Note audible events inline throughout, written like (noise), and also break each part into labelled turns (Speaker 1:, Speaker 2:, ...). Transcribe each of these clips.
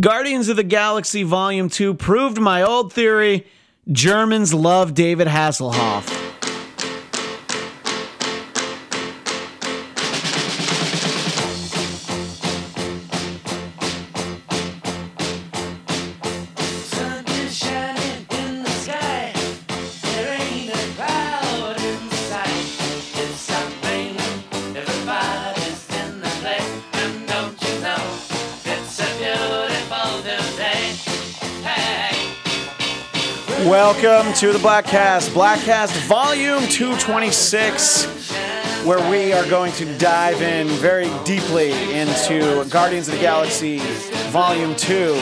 Speaker 1: Guardians of the Galaxy Volume 2 proved my old theory Germans love David Hasselhoff. Welcome to the Black Cast, Black Cast Volume 226, where we are going to dive in very deeply into Guardians of the Galaxy Volume 2,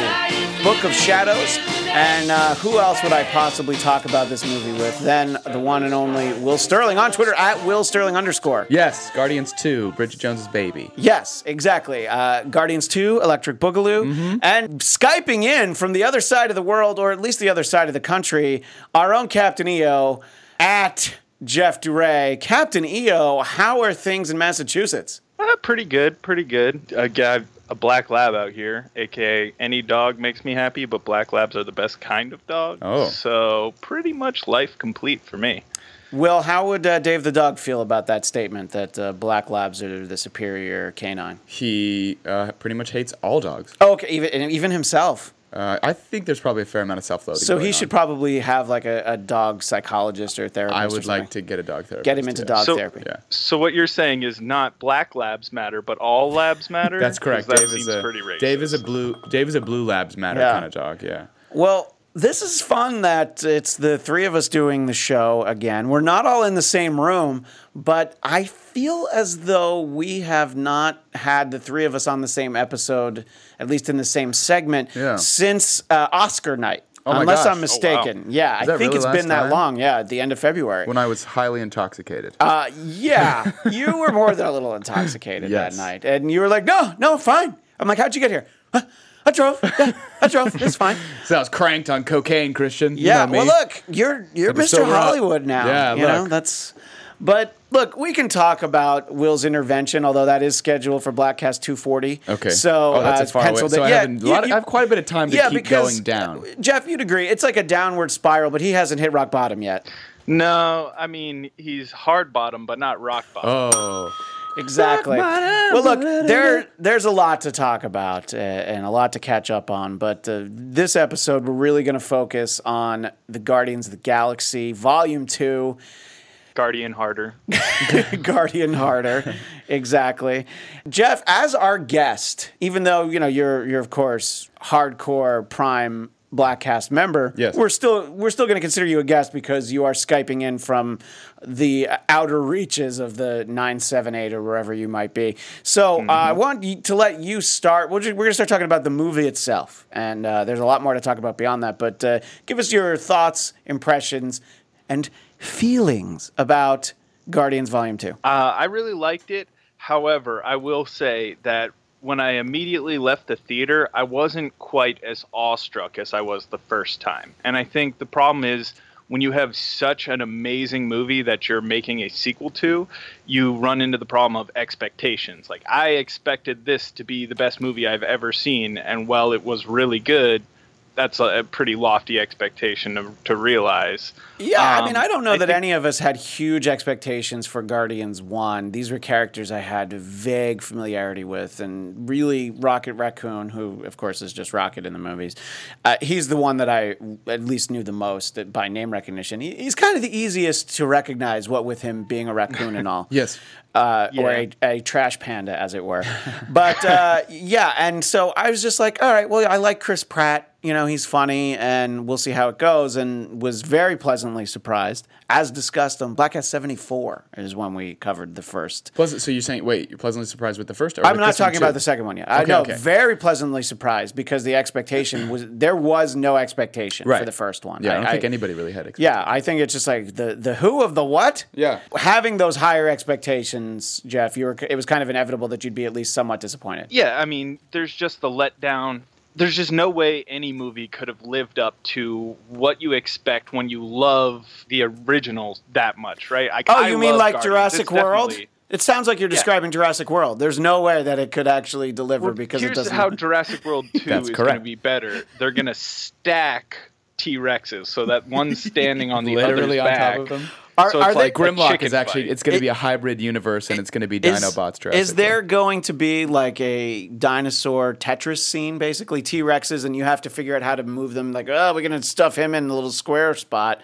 Speaker 1: Book of Shadows. And uh, who else would I possibly talk about this movie with than the one and only Will Sterling on Twitter at Will Sterling underscore?
Speaker 2: Yes, Guardians 2, Bridget Jones's baby.
Speaker 1: Yes, exactly. Uh, Guardians 2, Electric Boogaloo,
Speaker 2: Mm-hmm.
Speaker 1: and Skyping in from the other side of the world, or at least the other side of the country, our own Captain EO at Jeff Duray. Captain EO, how are things in Massachusetts?
Speaker 3: Uh, pretty good, pretty good. I got a black lab out here, aka any dog makes me happy, but black labs are the best kind of dog.
Speaker 2: Oh.
Speaker 3: So pretty much life complete for me.
Speaker 1: Will, how would uh, Dave the dog feel about that statement that uh, black labs are the superior canine?
Speaker 2: He uh, pretty much hates all dogs.
Speaker 1: Oh, okay, even, and even himself.
Speaker 2: Uh, I think there's probably a fair amount of self loathing.
Speaker 1: So he should probably have like a, a dog psychologist or therapist.
Speaker 2: I
Speaker 1: or
Speaker 2: would
Speaker 1: something.
Speaker 2: like to get a dog therapist.
Speaker 1: get him into
Speaker 2: too.
Speaker 1: dog
Speaker 3: So-
Speaker 1: therapy.
Speaker 2: Yeah.
Speaker 3: So what you're saying is not black labs matter, but
Speaker 2: (laughs)
Speaker 3: all labs matter.
Speaker 2: That's
Speaker 3: 'Cause
Speaker 2: correct.
Speaker 3: That
Speaker 2: Dave
Speaker 3: seems
Speaker 2: is a
Speaker 3: pretty racist.
Speaker 2: Dave is a blue Dave is a blue labs matter
Speaker 1: Yeah.
Speaker 2: kind of dog. Yeah.
Speaker 1: Well, this is fun that it's the three of us doing the show again. We're not all in the same room, but I feel as though we have not had the three of us on the same episode, at least in the same segment,
Speaker 2: Yeah.
Speaker 1: since uh, Oscar night.
Speaker 2: Oh my
Speaker 1: Unless
Speaker 2: gosh.
Speaker 1: I'm
Speaker 2: Oh, wow.
Speaker 1: mistaken. Yeah, I
Speaker 2: that
Speaker 1: think
Speaker 2: really
Speaker 1: it's
Speaker 2: last
Speaker 1: been that
Speaker 2: time?
Speaker 1: long. Yeah, at the end of February.
Speaker 2: When I was highly intoxicated.
Speaker 1: Uh, yeah, (laughs) you were more than a little intoxicated
Speaker 2: Yes.
Speaker 1: that night, and you were like, "No, no, fine." I'm like, "How'd you get here?" "Huh, I drove. Yeah, I drove. It's fine.
Speaker 2: so I was cranked on cocaine, Christian. You
Speaker 1: Yeah.
Speaker 2: know me.
Speaker 1: Well, look, you're you're
Speaker 2: But we're
Speaker 1: Mr.
Speaker 2: still raw.
Speaker 1: Hollywood now.
Speaker 2: Yeah,
Speaker 1: You know
Speaker 2: look.
Speaker 1: that's. But look, we can talk about Will's intervention, although that is scheduled for Blackcast 240.
Speaker 2: Okay.
Speaker 1: So
Speaker 2: oh,
Speaker 1: uh,
Speaker 2: that's a
Speaker 1: it's
Speaker 2: far away.
Speaker 1: penciled in.
Speaker 2: So I,
Speaker 1: yeah,
Speaker 2: have a lot
Speaker 1: you-
Speaker 2: of- I have quite a bit of time to
Speaker 1: yeah,
Speaker 2: keep
Speaker 1: because,
Speaker 2: going down.
Speaker 1: Jeff, you'd agree it's like a downward spiral, but he hasn't hit rock bottom yet.
Speaker 3: No, I mean he's hard bottom, but not rock bottom.
Speaker 1: uh,
Speaker 2: Oh.
Speaker 1: Exactly.
Speaker 2: Rock bottom.
Speaker 1: Well, look, there there's a lot to talk about uh, and a lot to catch up on, but uh, this episode we're really going to focus on the Guardians of the Galaxy Volume Two,
Speaker 2: Oh.
Speaker 3: Guardian harder.
Speaker 1: (laughs) Guardian Harder. exactly. Jeff, as our guest, even though you know you're you're of course hardcore prime Blackcast member,
Speaker 2: Yes.
Speaker 1: we're still we're still going to consider you a guest because you are skyping in from the outer reaches of the 978 or wherever you might be. So uh, I want you to let you start. We're, ju- we're going to start talking about the movie itself, and uh, there's a lot more to talk about beyond that. But uh, give us your thoughts, impressions, and feelings about Guardians Volume Two.
Speaker 3: Uh, I really liked it. However, I will say that when I immediately left the theater, I wasn't quite as awestruck as I was the first time. And I think the problem is when you have such an amazing movie that you're making a sequel to, you run into the problem of expectations. Like, I expected this to be the best movie I've ever seen, and while it was really good, that's a, a pretty lofty expectation to, to realize.
Speaker 1: Yeah, I
Speaker 3: Um,
Speaker 1: mean, I don't know
Speaker 3: I
Speaker 1: that
Speaker 3: think-
Speaker 1: any of us had huge expectations for Guardians 1. These were characters I had vague familiarity with, and really Rocket Raccoon, who, of course, is just Rocket in the movies, uh, he's the one that I at least knew the most that by name recognition. He, he's kind of the easiest to recognize, what with him being a raccoon and
Speaker 3: (laughs)
Speaker 1: all.
Speaker 2: Yes.
Speaker 1: uh, or
Speaker 3: Yeah.
Speaker 1: a, a trash panda, as it were. (laughs) But uh, yeah, and so I was just like, all right, well, I like Chris Pratt. You know, he's funny, and we'll see how it goes. And was very pleasantly surprised, as discussed on Black Hat 74 is when we covered the first.
Speaker 2: Pleasant. So you're saying, wait, you're pleasantly surprised with the first? Or
Speaker 1: I'm
Speaker 2: with
Speaker 1: not
Speaker 2: this one
Speaker 1: talking about
Speaker 2: too?
Speaker 1: the second one yet. I
Speaker 2: Okay,
Speaker 1: know,
Speaker 2: okay.
Speaker 1: very pleasantly surprised because the expectation was there was no expectation for
Speaker 2: Right.
Speaker 1: the first one.
Speaker 2: Yeah, I, don't think anybody really had.
Speaker 1: Yeah, I think it's just like the the who of the what.
Speaker 2: Yeah.
Speaker 1: having those higher expectations, Jeff, you were it was kind of inevitable that you'd be at least somewhat disappointed.
Speaker 3: Yeah, I mean, there's just the letdown. There's just no way any movie could have lived up to what you expect when you love the original that much, right? I,
Speaker 1: Oh,
Speaker 3: I
Speaker 1: you mean
Speaker 3: love
Speaker 1: like
Speaker 3: Guardians.
Speaker 1: Jurassic
Speaker 3: It's
Speaker 1: World?
Speaker 3: definitely-
Speaker 1: It sounds like you're describing Jurassic World. There's no way that it could actually deliver because
Speaker 3: Here's
Speaker 1: it doesn't.
Speaker 2: (laughs)
Speaker 3: how Jurassic World 2
Speaker 2: That's
Speaker 3: is going to
Speaker 2: correct.
Speaker 3: be better. They're going to stack T Rexes so that one's standing on the
Speaker 2: Literally
Speaker 3: other's
Speaker 2: on
Speaker 3: back.
Speaker 2: top of them.
Speaker 1: Are-
Speaker 3: so it's
Speaker 1: are they-
Speaker 3: like
Speaker 1: A
Speaker 2: Grimlock
Speaker 3: chicken
Speaker 2: is actually
Speaker 3: fight.
Speaker 2: it's going to
Speaker 1: It-
Speaker 2: be a hybrid universe, and it's going to be
Speaker 1: Is-
Speaker 2: Dinobots. Jurassic
Speaker 1: Is there going to be like a dinosaur Tetris scene, basically T Rexes, and you have to figure out how to move them? Like, oh, we're gonna stuff him in a little square spot.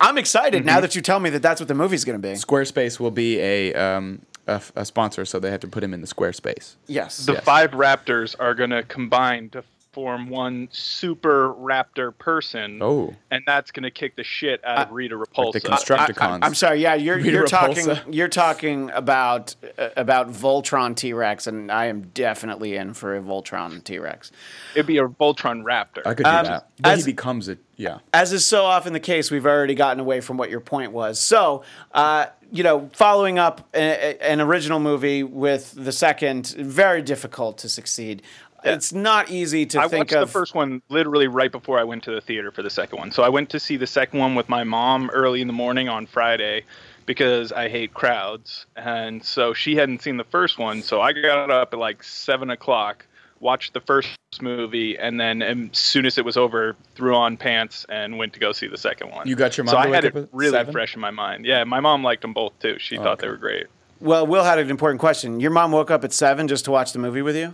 Speaker 1: I'm excited
Speaker 3: Mm-hmm.
Speaker 1: now that you tell me that that's what the movie's gonna be.
Speaker 2: Squarespace will be a, um, a f- a sponsor, so they have to put him in the Squarespace.
Speaker 1: Yes.
Speaker 3: The five raptors are going to combine to form one super raptor person.
Speaker 2: Oh. Ah.
Speaker 3: And that's going to kick the shit out of Rita Repulsa.
Speaker 2: the Constructicons.
Speaker 1: I, am sorry. Yeah, you're,
Speaker 2: Rita
Speaker 1: you're talking.
Speaker 2: Repulsa.
Speaker 1: You're talking about uh, about Voltron T Rex, and I am definitely in for a Voltron T Rex.
Speaker 3: It'd be a Voltron raptor.
Speaker 2: I could
Speaker 1: Um,
Speaker 2: do that. Then
Speaker 1: as-
Speaker 2: he becomes a yeah.
Speaker 1: As is so often the case, we've already gotten away from what your point was. So, uh, you know, following up a, a- an original movie with the second, very difficult to succeed. It's not easy to
Speaker 3: I
Speaker 1: think
Speaker 3: watched
Speaker 1: of.
Speaker 3: the first one literally right before I went to the theater for the second one. So I went to see the second one with my mom early in the morning on Friday because I hate crowds. And so she hadn't seen the first one. So I got up at like 7 o'clock, watched the first movie, and then um, as soon as it was over, threw on pants and went to go see the second one.
Speaker 2: You got your mom
Speaker 3: So
Speaker 2: to
Speaker 3: I
Speaker 2: wake
Speaker 3: had it
Speaker 2: up at
Speaker 3: really
Speaker 2: seven?
Speaker 3: fresh in my mind. Yeah, my mom liked them both too. She thought they were great.
Speaker 1: well, Will had an important question. Your mom woke up at seven just to watch the movie with you.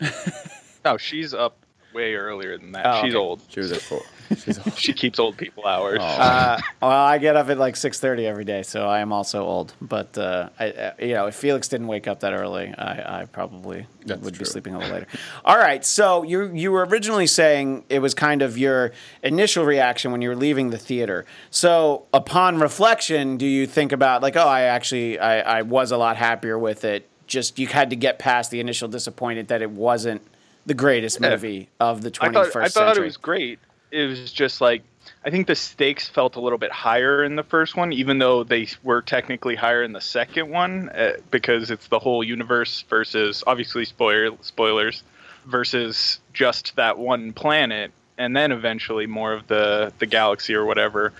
Speaker 3: No, Oh, she's up way earlier than that.
Speaker 1: Oh,
Speaker 3: she's
Speaker 1: okay.
Speaker 3: old.
Speaker 1: (laughs)
Speaker 2: She was at four. She's (laughs) old.
Speaker 3: She keeps old people hours.
Speaker 2: Oh.
Speaker 1: Uh, well, I get up at like six thirty every day, so I am also old. But uh, I, uh, you know, if Felix didn't wake up that early, I, I probably
Speaker 2: That's
Speaker 1: would be
Speaker 2: true.
Speaker 1: sleeping a little later. All right, so you you were originally saying it was kind of your initial reaction when you were leaving the theater. So upon reflection, do you think about like, oh, I actually I, I was a lot happier with it. Just you had to get past the initial disappointment that it wasn't the greatest movie of the
Speaker 3: I
Speaker 1: twenty
Speaker 3: thought,
Speaker 1: first
Speaker 3: I
Speaker 1: century.
Speaker 3: thought it was great. It was just like I think the stakes felt a little bit higher in the first one, even though they were technically higher in the second one uh, because it's the whole universe versus obviously spoiler spoilers versus just that one planet, and then eventually more of the the galaxy or whatever.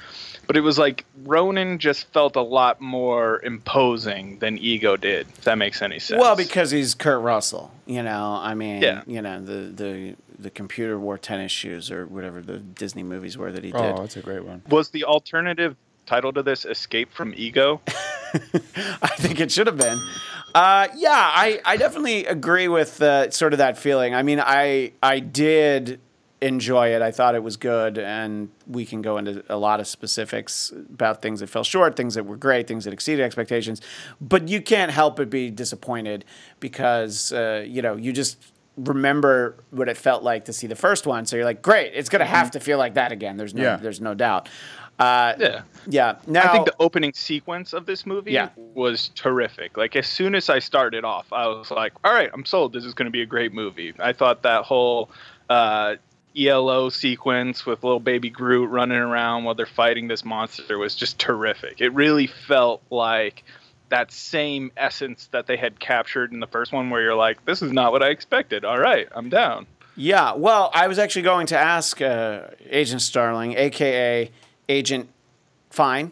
Speaker 3: But it was like Ronan just felt a lot more imposing than Ego did. If that makes any sense.
Speaker 1: Well, because he's Kurt Russell, you know. I mean,
Speaker 3: Yeah.
Speaker 1: you know, the the the computer wore tennis shoes or whatever the Disney movies were that he
Speaker 2: Oh,
Speaker 1: did.
Speaker 2: that's a great one.
Speaker 3: was the alternative title to this "Escape from Ego"?
Speaker 1: (laughs) I think it should have been. Uh, yeah, I, I definitely agree with uh, sort of that feeling. I mean, I I did enjoy it. I thought it was good, and we can go into a lot of specifics about things that fell short, things that were great, things that exceeded expectations. But you can't help but be disappointed because uh, you know you just remember what it felt like to see the first one. So you're like, great, it's gonna
Speaker 3: Mm-hmm.
Speaker 1: have to feel like that again. There's no,
Speaker 2: Yeah.
Speaker 1: there's no doubt. Uh,
Speaker 3: Yeah.
Speaker 1: yeah. Now,
Speaker 3: I think the opening sequence of this movie
Speaker 1: Yeah.
Speaker 3: was terrific. Like as soon as I started off, I was like, "All right, I'm sold. This is going to be a great movie." I thought that whole uh, ELO sequence with little baby Groot running around while they're fighting this monster was just terrific. It really felt like that same essence that they had captured in the first one, where you're like, "This is not what I expected." All right, I'm down.
Speaker 1: Yeah, well, I was actually going to ask uh, Agent Starling, aka Agent Fine,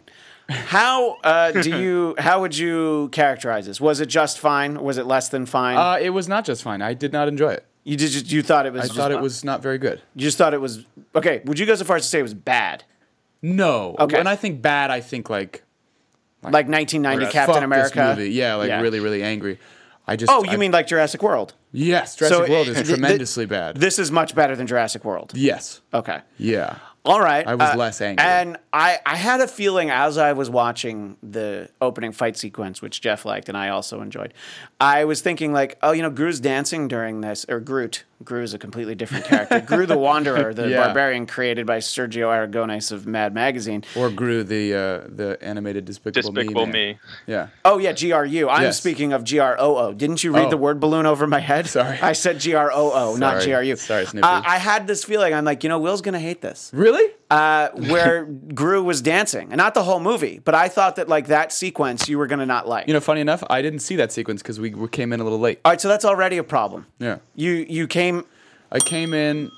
Speaker 1: how uh, do
Speaker 2: (laughs)
Speaker 1: you how would you characterize this? Was it just fine? Was it less than fine?
Speaker 2: Uh, it was not just fine. I did not enjoy it.
Speaker 1: you did just, you thought it was
Speaker 2: I
Speaker 1: just,
Speaker 2: thought it was not very good.
Speaker 1: you just thought it was okay. Would you go so far as to say it was bad,
Speaker 2: No.
Speaker 1: Okay.
Speaker 2: When I think bad, I think like uh,
Speaker 1: like 1990
Speaker 2: fuck
Speaker 1: Captain
Speaker 2: this
Speaker 1: America?
Speaker 2: movie. Yeah, like
Speaker 1: Yeah.
Speaker 2: really, really angry. I just.
Speaker 1: Oh, you
Speaker 2: I-
Speaker 1: mean like Jurassic World?
Speaker 2: yes? Jurassic
Speaker 1: So, (laughs)
Speaker 2: World
Speaker 1: th-
Speaker 2: is
Speaker 1: th-
Speaker 2: tremendously bad.
Speaker 1: This is much better than Jurassic World.
Speaker 2: yes.
Speaker 1: Okay.
Speaker 2: Yeah.
Speaker 1: All right. uh,
Speaker 2: I was less angry.
Speaker 1: And I, I had a feeling as I was watching the opening fight sequence, which Jeff liked and I also enjoyed, I was thinking, like, oh, you know, Gru's dancing during this, or Groot. Gru is a completely different character. Gru
Speaker 2: (laughs)
Speaker 1: the Wanderer, the
Speaker 2: Yeah.
Speaker 1: barbarian created by Sergio Aragonés of Mad Magazine.
Speaker 2: Or grew the uh, the animated Despicable,
Speaker 3: Despicable
Speaker 2: Me.
Speaker 3: Me.
Speaker 2: man. Yeah.
Speaker 1: Oh, yeah, GRU. I'm
Speaker 2: Yes.
Speaker 1: speaking of GROO. Didn't you read
Speaker 2: Oh.
Speaker 1: the word balloon over my head?
Speaker 2: Sorry.
Speaker 1: I said GROO, not
Speaker 2: Sorry.
Speaker 1: GRU.
Speaker 2: Sorry, Snoopy.
Speaker 1: Uh, I had this feeling. I'm like, you know, Will's going to hate this.
Speaker 2: Really?
Speaker 1: uh, where Gru was dancing, and not the whole movie, but I thought that like that sequence you were gonna not like.
Speaker 2: you know, funny enough, I didn't see that sequence because we, we came in a little late.
Speaker 1: All right, so that's already a problem.
Speaker 2: Yeah.
Speaker 1: You you came
Speaker 2: I came in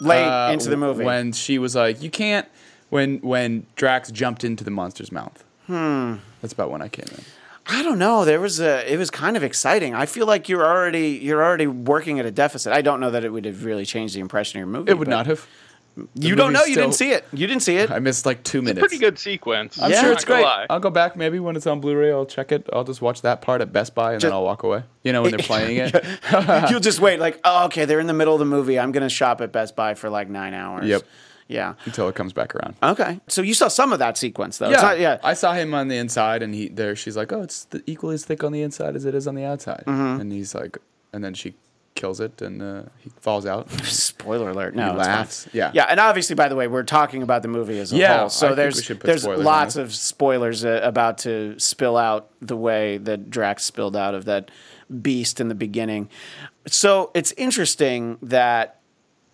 Speaker 1: late
Speaker 2: uh,
Speaker 1: into the
Speaker 2: w-
Speaker 1: movie.
Speaker 2: when she was like, "You can't." When when Drax jumped into the monster's mouth. Hmm. That's about when I came in.
Speaker 1: I don't know. There was a. It was kind of exciting. I feel like you're already you're already working at a deficit. I don't know that it would have really changed the impression of your movie.
Speaker 2: It would
Speaker 1: but-
Speaker 2: not have.
Speaker 1: You don't know.
Speaker 2: movie's
Speaker 1: You didn't
Speaker 2: still-
Speaker 1: see it. You didn't see it.
Speaker 2: (laughs) I missed like two minutes.
Speaker 3: Pretty good sequence.
Speaker 2: I'm
Speaker 1: Yeah.
Speaker 2: sure
Speaker 1: Not
Speaker 2: it's
Speaker 3: gonna
Speaker 2: great.
Speaker 3: lie.
Speaker 2: I'll go back maybe when it's on Blu-ray. I'll check it. I'll just watch that part at Best Buy and then I'll walk away. You know
Speaker 1: (laughs)
Speaker 2: when they're playing it.
Speaker 1: You'll just wait. Like, oh, okay, they're in the middle of the movie. I'm gonna shop at Best Buy for like nine hours.
Speaker 2: Yep.
Speaker 1: Yeah.
Speaker 2: until it comes back around.
Speaker 1: Okay. So you saw some of that sequence though. It's not- yeah.
Speaker 2: I saw him on the inside, and he there. She's like, "Oh, it's the, equally as thick on the inside as it is on the outside."
Speaker 1: Mm-hmm.
Speaker 2: And he's like, and then she kills it, and uh, he falls out.
Speaker 1: (laughs) Spoiler alert. No, it's
Speaker 2: He
Speaker 1: fine.
Speaker 2: laughs. Yeah.
Speaker 1: Yeah, and obviously, by the way, we're talking about the movie as a
Speaker 2: Yeah,
Speaker 1: whole,
Speaker 2: I
Speaker 1: so
Speaker 2: think we
Speaker 1: there's
Speaker 2: should put
Speaker 1: there's
Speaker 2: spoilers on
Speaker 1: lots
Speaker 2: it.
Speaker 1: of spoilers uh, about to spill out the way that Drax spilled out of that beast in the beginning. So it's interesting that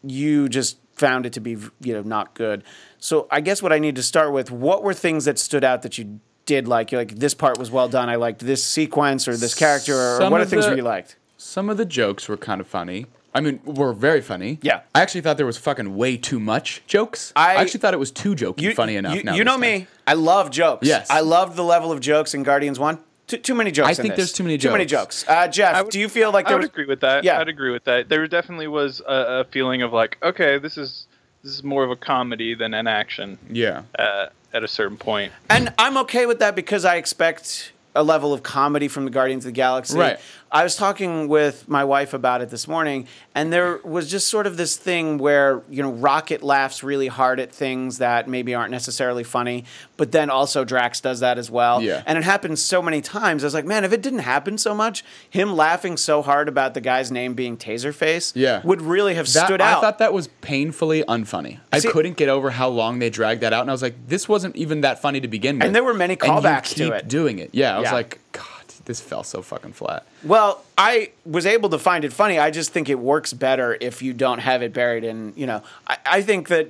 Speaker 1: you just found it to be you know not good. So I guess what I need to start with: what were things that stood out that you did like? You're like this part was well done. I liked this sequence or this character. Or
Speaker 2: Some
Speaker 1: what are
Speaker 2: of
Speaker 1: things
Speaker 2: the-
Speaker 1: where you liked?
Speaker 2: Some of the jokes were kind of funny. I mean, were very funny.
Speaker 1: Yeah.
Speaker 2: I actually thought there was fucking way too much jokes.
Speaker 1: I-
Speaker 2: I, actually thought it was too jokey. funny enough.
Speaker 1: You,
Speaker 2: now
Speaker 1: you know
Speaker 2: this time.
Speaker 1: me. I love jokes.
Speaker 2: Yes.
Speaker 1: I loved the level of jokes in Guardians One. Too, too many jokes.
Speaker 2: I
Speaker 1: in
Speaker 2: think
Speaker 1: this.
Speaker 2: there's too many
Speaker 1: Too many
Speaker 2: jokes.
Speaker 1: jokes. Uh, Jeff,
Speaker 3: would-
Speaker 1: do you feel like
Speaker 3: I
Speaker 1: there
Speaker 3: would
Speaker 1: was?
Speaker 3: agree with that.
Speaker 1: Yeah.
Speaker 3: I'd agree with that. There definitely was a, a feeling of like, okay, this is this is more of a comedy than an action.
Speaker 2: Yeah.
Speaker 3: Uh, at a certain point,
Speaker 1: And I'm okay with that because I expect a level of comedy from the Guardians of the Galaxy.
Speaker 2: Right.
Speaker 1: I was talking with my wife about it this morning, and there was just sort of this thing where, you know, Rocket laughs really hard at things that maybe aren't necessarily funny, but then also Drax does that as well.
Speaker 2: Yeah.
Speaker 1: And it happens so many times. I was like, man, if it didn't happen so much, him laughing so hard about the guy's name being Taserface
Speaker 2: Yeah.
Speaker 1: would really have
Speaker 2: That,
Speaker 1: stood
Speaker 2: I
Speaker 1: out.
Speaker 2: thought that was painfully unfunny. I
Speaker 1: See-
Speaker 2: couldn't get over how long they dragged that out, and I was like, "This wasn't even that funny to begin with."
Speaker 1: there were many
Speaker 2: you
Speaker 1: callbacks to
Speaker 2: keep
Speaker 1: it.
Speaker 2: Doing it, yeah. I was
Speaker 1: Yeah.
Speaker 2: like, "God, this fell so fucking flat."
Speaker 1: Well, I was able to find it funny. I just think it works better if you don't have it buried in, you know. I, I think that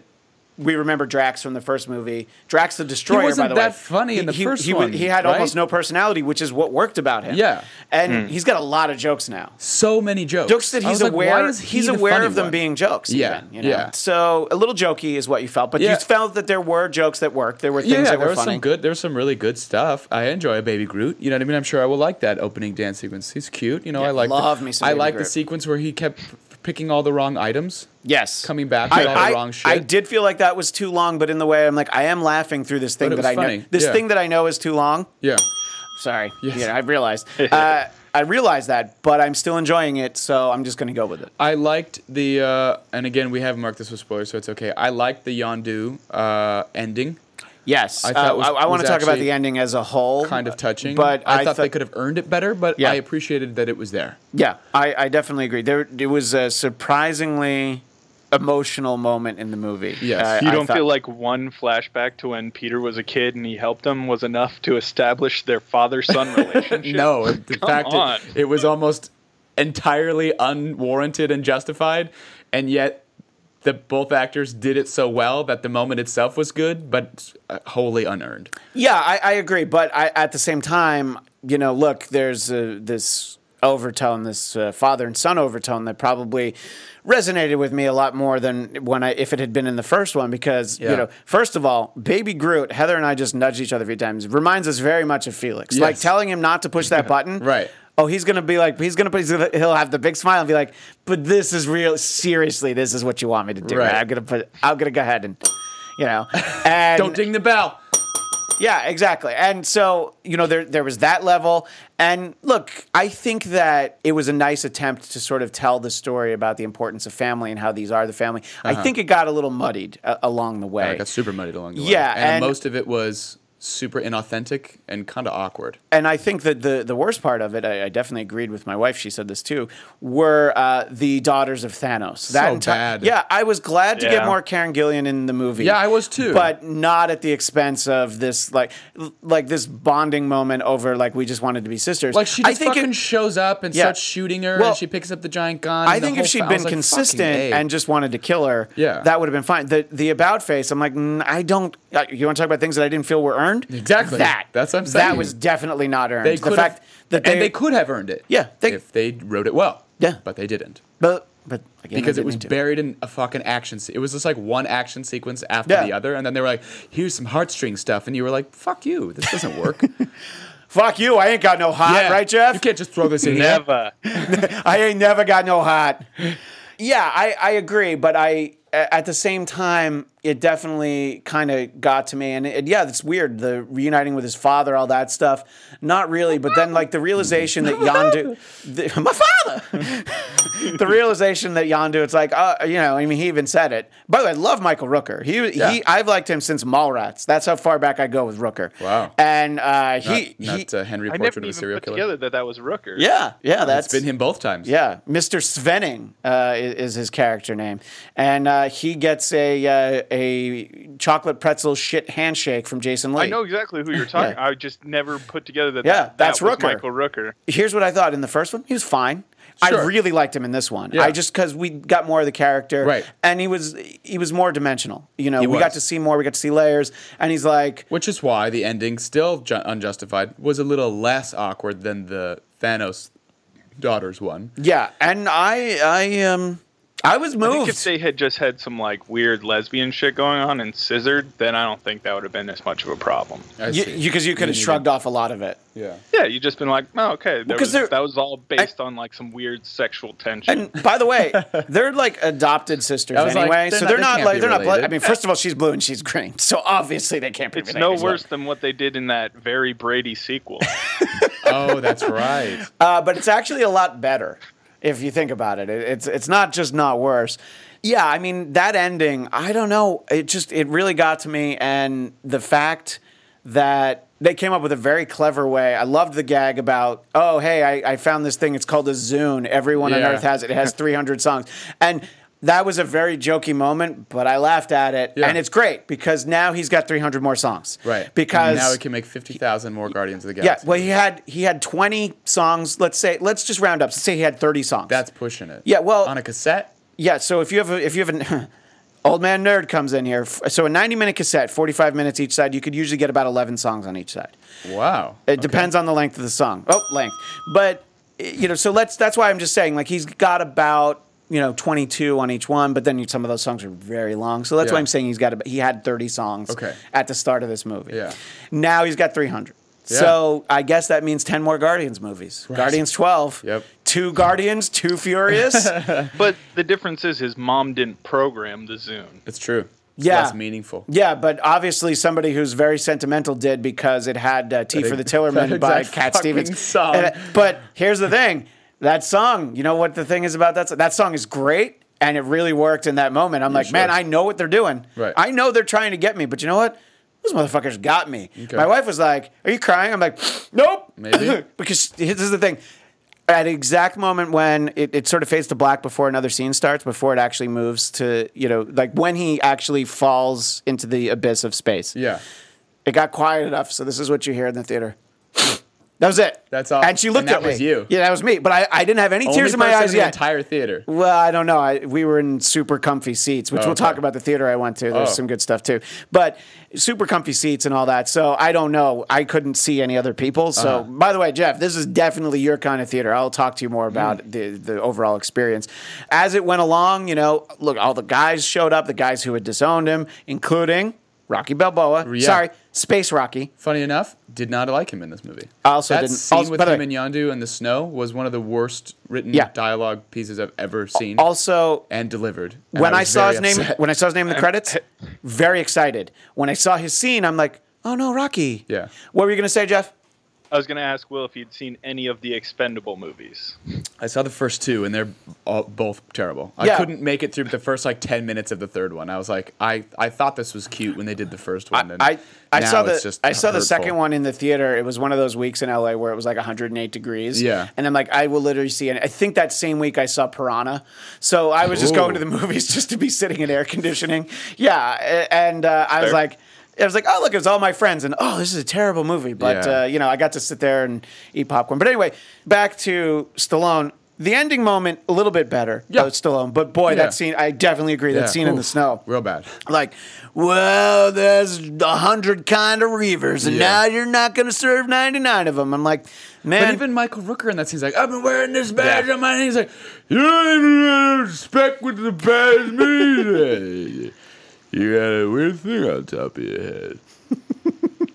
Speaker 1: we remember Drax from the first movie. Drax the Destroyer, by
Speaker 2: wasn't
Speaker 1: the way.
Speaker 2: that funny in the first
Speaker 1: he, wa-
Speaker 2: one,
Speaker 1: He had
Speaker 2: right?
Speaker 1: almost no personality, which is what worked about him.
Speaker 2: Yeah.
Speaker 1: And he's got a lot of jokes now.
Speaker 2: So many jokes.
Speaker 1: Jokes that
Speaker 2: I
Speaker 1: he's
Speaker 2: was like, why
Speaker 1: aware
Speaker 2: is he
Speaker 1: he's
Speaker 2: the
Speaker 1: aware
Speaker 2: funny
Speaker 1: of them
Speaker 2: one?
Speaker 1: being jokes.
Speaker 2: Yeah,
Speaker 1: even, you know?
Speaker 2: yeah.
Speaker 1: So a little jokey is what you felt, but you
Speaker 2: Yeah.
Speaker 1: felt that there were jokes that worked. There were things
Speaker 2: yeah,
Speaker 1: that
Speaker 2: there
Speaker 1: were
Speaker 2: was
Speaker 1: funny.
Speaker 2: some good. There was some really good stuff. I enjoy a Baby Groot. You know what I mean? I'm sure I will like that opening dance sequence. He's cute. You know, I like.
Speaker 1: love
Speaker 2: the,
Speaker 1: me some
Speaker 2: I
Speaker 1: Baby
Speaker 2: like
Speaker 1: Groot.
Speaker 2: the sequence where he kept picking all the wrong items.
Speaker 1: Yes.
Speaker 2: Coming back
Speaker 1: I,
Speaker 2: with all the
Speaker 1: I-
Speaker 2: wrong shit.
Speaker 1: I did feel like that was too long, but in the way I'm like, I am laughing through this thing
Speaker 2: But it
Speaker 1: that
Speaker 2: was
Speaker 1: I know.
Speaker 2: funny.
Speaker 1: This
Speaker 2: Yeah.
Speaker 1: thing that I know is too long.
Speaker 2: Yeah.
Speaker 1: Sorry.
Speaker 2: Yes.
Speaker 1: Yeah, I
Speaker 2: (laughs)
Speaker 1: realized. uh, I realized that, but I'm still enjoying it, so I'm just going to go with it.
Speaker 2: I liked the, uh, and again, we haven't marked this with spoilers, so it's okay. I liked the Yondu uh, ending.
Speaker 1: Yes.
Speaker 2: I thought
Speaker 1: Uh,
Speaker 2: was-
Speaker 1: I, want to
Speaker 2: was
Speaker 1: talk about
Speaker 2: actually
Speaker 1: the ending as a whole.
Speaker 2: Kind of touching,
Speaker 1: But
Speaker 2: I, thought
Speaker 1: thought
Speaker 2: they could have earned it better. But
Speaker 1: Yeah.
Speaker 2: I appreciated that it was there.
Speaker 1: Yeah, I, I definitely agree. There, it was a surprisingly emotional moment in the movie.
Speaker 2: Yes.
Speaker 1: Uh,
Speaker 2: You
Speaker 3: you
Speaker 1: I
Speaker 3: don't
Speaker 1: thought-
Speaker 3: feel like one flashback to when Peter was a kid and he helped him was enough to establish their father-son
Speaker 1: (laughs)
Speaker 3: relationship.
Speaker 2: No, it- the fact
Speaker 3: on.
Speaker 2: it, it was almost entirely unwarranted and justified, and yet the both actors did it so well that the moment itself was good, but uh, wholly unearned.
Speaker 1: Yeah, I, I agree, but I, at the same time, you know, look, there's uh, this overtone, this uh, father and son overtone that probably resonated with me a lot more than when I, if it had been in the first one, because you
Speaker 2: Yeah.
Speaker 1: know, first of all, Baby Groot, Heather and I just nudged each other a few times. It reminds us very much of Felix, like
Speaker 2: Yes.
Speaker 1: telling him not to push
Speaker 2: (laughs)
Speaker 1: that button,
Speaker 2: Right.
Speaker 1: Oh, he's gonna be like, he's gonna, put, he's gonna, he'll have the big smile and be like, but this is real. Seriously, this is what you want me to do.
Speaker 2: Right.
Speaker 1: I'm gonna put, I'm gonna go ahead and, you
Speaker 2: (laughs)
Speaker 1: know, and
Speaker 2: Don't ding the bell.
Speaker 1: yeah, exactly. And so, you know, there there was that level. And look, I think that it was a nice attempt to sort of tell the story about the importance of family and how these are the family. I think it got a little muddied uh, along the way.
Speaker 2: Uh-huh. I got super muddied along the way.
Speaker 1: Yeah,
Speaker 2: and,
Speaker 1: and- most
Speaker 2: most of it was super inauthentic and kind of awkward.
Speaker 1: and I think that the the worst part of it, I, I definitely agreed with my wife. She said this too. Were uh, the daughters of Thanos? That
Speaker 2: So bad.
Speaker 1: Yeah, I was glad to get
Speaker 3: Yeah.
Speaker 1: more Karen Gillian in the movie.
Speaker 2: Yeah, I was too.
Speaker 1: but not at the expense of this like like this bonding moment over like we just wanted to be sisters.
Speaker 2: Like she
Speaker 1: I
Speaker 2: just
Speaker 1: think it-
Speaker 2: fucking shows up and
Speaker 1: Yeah.
Speaker 2: starts shooting her,
Speaker 1: Well,
Speaker 2: and she picks up the giant gun.
Speaker 1: I
Speaker 2: and the
Speaker 1: think if
Speaker 2: whole
Speaker 1: she'd
Speaker 2: fa- I
Speaker 1: been
Speaker 2: was like, fucking
Speaker 1: consistent
Speaker 2: A.
Speaker 1: and just wanted to kill her,
Speaker 2: Yeah.
Speaker 1: that would have been fine. The the about face, I'm like, mm, I don't. uh, You want to talk about things that I didn't feel were earned?
Speaker 2: Exactly.
Speaker 1: That.
Speaker 2: That's what I'm
Speaker 1: That
Speaker 2: saying.
Speaker 1: was definitely not earned.
Speaker 2: they
Speaker 1: the
Speaker 2: could
Speaker 1: fact that they,
Speaker 2: and they could have earned it,
Speaker 1: Yeah, they-
Speaker 2: if they wrote it well,
Speaker 1: Yeah.
Speaker 2: but they didn't.
Speaker 1: but but again,
Speaker 2: because
Speaker 1: they
Speaker 2: it was
Speaker 1: didn't need to.
Speaker 2: buried in a fucking action. Se- it was just like one action sequence after
Speaker 1: Yeah. (laughs)
Speaker 2: the other, and then they were like, "Here's some heartstring stuff," and you were like, "Fuck you, this doesn't work."
Speaker 1: Fuck you. I ain't got no hot,
Speaker 2: Yeah.
Speaker 1: right, Jeff?
Speaker 2: You can't just throw this in there.
Speaker 3: uh, Never.
Speaker 1: (laughs) I ain't never got no hot. Yeah, I, I agree, but I a- at the same time it definitely kind of got to me, and it, yeah, it's weird the reuniting with his father, all that stuff. Not really, but then like the realization that Yandu, the, (laughs) my father, (laughs) the realization that Yandu, it's like uh, you know, I mean, he even said it. By the way, I love Michael Rooker. He he, I've liked him since Mallrats. That's how far back I go with Rooker.
Speaker 2: Wow.
Speaker 1: and uh,
Speaker 2: Not,
Speaker 1: he he.
Speaker 2: not uh, Henry
Speaker 3: I
Speaker 2: Portrait
Speaker 3: never
Speaker 2: of a
Speaker 3: even
Speaker 2: Serial
Speaker 3: put
Speaker 2: Killer.
Speaker 3: together that that was Rooker.
Speaker 1: yeah, yeah, that's
Speaker 2: It's been him both times.
Speaker 1: yeah, Mr. Svenning uh, i- is his character name, and uh, he gets a uh, a chocolate pretzel shit handshake from Jason Lee.
Speaker 3: I know exactly who you're talking. I just never put together that.
Speaker 1: Yeah,
Speaker 3: that,
Speaker 1: that's
Speaker 3: that was
Speaker 1: Rooker.
Speaker 3: Michael Rooker.
Speaker 1: Here's what I thought in the first one: he was fine. I
Speaker 2: Sure.
Speaker 1: really liked him in this one.
Speaker 2: Yeah.
Speaker 1: I just because we got more of the character,
Speaker 2: Right.
Speaker 1: And he was he was more dimensional. You know,
Speaker 2: He
Speaker 1: we
Speaker 2: was.
Speaker 1: got to see more. We got to see layers, and he's like,
Speaker 2: Which is why the ending, still ju- unjustified, was a little less awkward than the Thanos daughters one.
Speaker 1: yeah. And I I um I was
Speaker 3: I think
Speaker 1: moved.
Speaker 3: if they had just had some like weird lesbian shit going on and scissored, then I don't think that would have been as much of a problem.
Speaker 2: I
Speaker 1: you
Speaker 2: see.
Speaker 1: because you, could have
Speaker 2: didn't
Speaker 1: shrugged off a lot of it.
Speaker 2: Yeah.
Speaker 3: Yeah, you've just been like, oh, okay, that
Speaker 1: 'cause
Speaker 3: was,
Speaker 1: they're-
Speaker 3: that was all based on like some weird sexual tension.
Speaker 1: And by the
Speaker 2: (laughs)
Speaker 1: way, they're like adopted sisters
Speaker 2: I was like,
Speaker 1: anyway,
Speaker 2: they're
Speaker 1: so
Speaker 2: not-
Speaker 1: they're
Speaker 2: they
Speaker 1: not
Speaker 2: can't
Speaker 1: like
Speaker 2: be
Speaker 1: they're not. Blood,
Speaker 2: related.
Speaker 1: I mean, first of all, she's blue and she's green, so obviously they can't be
Speaker 3: it's
Speaker 1: related.
Speaker 3: no worse than what they did in that very
Speaker 1: (laughs)
Speaker 3: Brady sequel.
Speaker 2: Oh, that's right.
Speaker 1: uh, but it's actually a lot better if you think about it. it. It's it's not just not worse. Yeah, I mean that ending. I don't know. It just it really got to me, and the fact that they came up with a very clever way. I loved the gag about oh hey I, I found this thing. It's called a Zune. Everyone on
Speaker 2: Yeah.
Speaker 1: Earth has it.
Speaker 2: (laughs)
Speaker 1: It has three hundred songs and. That was a very jokey moment, but I laughed at it,
Speaker 2: Yeah.
Speaker 1: and it's great because now he's got 300 more songs.
Speaker 2: Right.
Speaker 1: Because
Speaker 2: now we can make 50,000 more Guardians of the
Speaker 1: yeah,
Speaker 2: Galaxy.
Speaker 1: well, he had he had twenty songs. Let's say let's just round up. Let's say he had thirty songs.
Speaker 2: that's pushing it.
Speaker 1: Yeah, well-
Speaker 2: on a cassette?
Speaker 1: yeah. So if you have a, if you have an (laughs) old man nerd comes in here, f- so a ninety minute cassette, forty five minutes each side, you could usually get about eleven songs on each side.
Speaker 2: Wow.
Speaker 1: It depends on the length of the song. Oh, length. But eh, you know, so let's. That's why I'm just saying, like, he's got about you know 22 on each one, but then some of those songs are very long. So that's why
Speaker 2: Yeah.
Speaker 1: I'm saying he's got. About, he had 30 songs
Speaker 2: Okay.
Speaker 1: at the start of this movie.
Speaker 2: Yeah.
Speaker 1: Now he's got 300.
Speaker 2: Yeah.
Speaker 1: So I guess that means 10 more Guardians movies. Guardians 12.
Speaker 2: Yep.
Speaker 1: Two Guardians, two
Speaker 2: (laughs)
Speaker 1: Furious.
Speaker 3: but the difference is his mom didn't program the Zune.
Speaker 2: It's true. It's
Speaker 1: Yeah.
Speaker 2: less meaningful.
Speaker 1: yeah, but obviously somebody who's very sentimental did because it had uh, Tea
Speaker 2: (laughs)
Speaker 1: for the Tillerman
Speaker 2: that
Speaker 1: by
Speaker 2: exact
Speaker 1: Cat
Speaker 2: fucking
Speaker 1: Stevens.
Speaker 2: song.
Speaker 1: And, uh, but here's the thing that song, you know what the thing is about that song? That song is great and it really worked in that moment. I'm like,
Speaker 2: sure.
Speaker 1: man, I know what they're doing.
Speaker 2: Right.
Speaker 1: I know they're trying to get me, but you know what? Those motherfuckers got me.
Speaker 2: Okay.
Speaker 1: My wife was like, Are you crying? I'm like, Nope.
Speaker 2: Maybe.
Speaker 1: (laughs) because this is the thing. At the exact moment when it, it sort of fades to black before another scene starts, before it actually moves to, you know, like when he actually falls into the abyss of space.
Speaker 2: Yeah.
Speaker 1: It got quiet enough, so this is what you hear in the theater. That was it.
Speaker 2: That's all-
Speaker 1: And she looked
Speaker 2: and that
Speaker 1: at me.
Speaker 2: was you.
Speaker 1: Yeah, that was me. But I, I didn't have any
Speaker 2: Only
Speaker 1: tears in my
Speaker 2: person
Speaker 1: eyes
Speaker 2: in the
Speaker 1: yet.
Speaker 2: entire theater.
Speaker 1: Well, I don't know. I, we were in super comfy seats, which
Speaker 2: Oh,
Speaker 1: we'll talk
Speaker 2: okay.
Speaker 1: about the theater I went to. There's
Speaker 2: Oh.
Speaker 1: some good stuff too, but super comfy seats and all that. So I don't know. I couldn't see any other people. So
Speaker 2: Uh-huh.
Speaker 1: by the way, Jeff, this is definitely your kind of theater. I'll talk to you
Speaker 2: Hmm.
Speaker 1: more about the the overall experience as it went along. You know, look, all the guys showed up. The guys who had disowned him, including Rocky Balboa.
Speaker 2: Yeah.
Speaker 1: Sorry, Space Rocky.
Speaker 2: Funny enough, did not like him in this movie.
Speaker 1: I also
Speaker 2: that
Speaker 1: didn't-
Speaker 2: scene
Speaker 1: also-
Speaker 2: with
Speaker 1: by the
Speaker 2: him
Speaker 1: way-
Speaker 2: and Yondu in the snow was one of the worst written
Speaker 1: Yeah.
Speaker 2: dialogue pieces I've ever seen
Speaker 1: Also,
Speaker 2: and delivered. And
Speaker 1: when I,
Speaker 2: was
Speaker 1: saw
Speaker 2: very
Speaker 1: his name,
Speaker 2: upset.
Speaker 1: when I saw his name in the credits, very excited. When I saw his scene, I'm like, oh no, Rocky.
Speaker 2: Yeah.
Speaker 1: What were you gonna say, Jeff?
Speaker 3: I was going to ask Will if he'd seen any of the Expendable movies.
Speaker 2: I saw the first two, and they're all, both terrible.
Speaker 1: Yeah.
Speaker 2: I couldn't make it through the first like ten minutes of the third one. I was like, I, I thought this was cute when they did the first one. And
Speaker 1: I, I
Speaker 2: now
Speaker 1: saw
Speaker 2: it's
Speaker 1: the
Speaker 2: just
Speaker 1: I saw the
Speaker 2: hurtful.
Speaker 1: second one in the theater. It was one of those weeks in LA where it was like 108 degrees.
Speaker 2: Yeah.
Speaker 1: And I'm like, I will literally see it. I think that same week I saw Piranha. So I was just
Speaker 2: Ooh.
Speaker 1: going to the movies (laughs) just to be sitting in air conditioning. Yeah. a- And uh, I was
Speaker 3: Fair.
Speaker 1: like. I was like, oh look, it was all my friends, and oh, this is a terrible movie. But
Speaker 2: Yeah.
Speaker 1: uh, you know, I got to sit there and eat popcorn. But anyway, back to Stallone. The ending moment, a little bit better.
Speaker 2: Yeah.
Speaker 1: of Stallone. But boy,
Speaker 2: Yeah.
Speaker 1: that scene, I definitely agree.
Speaker 2: Yeah.
Speaker 1: That scene in the
Speaker 2: Oof.
Speaker 1: snow
Speaker 2: real bad.
Speaker 1: like, well, there's a hundred kind of reavers, and
Speaker 2: Yeah.
Speaker 1: now you're not going to serve ninety nine of them. I'm like, man,
Speaker 2: But even Michael Rooker in that scene's like, I've been wearing this badge Yeah. on my name. He's like, you don't respect what the badge (laughs) means. you got a weird thing on top of your head.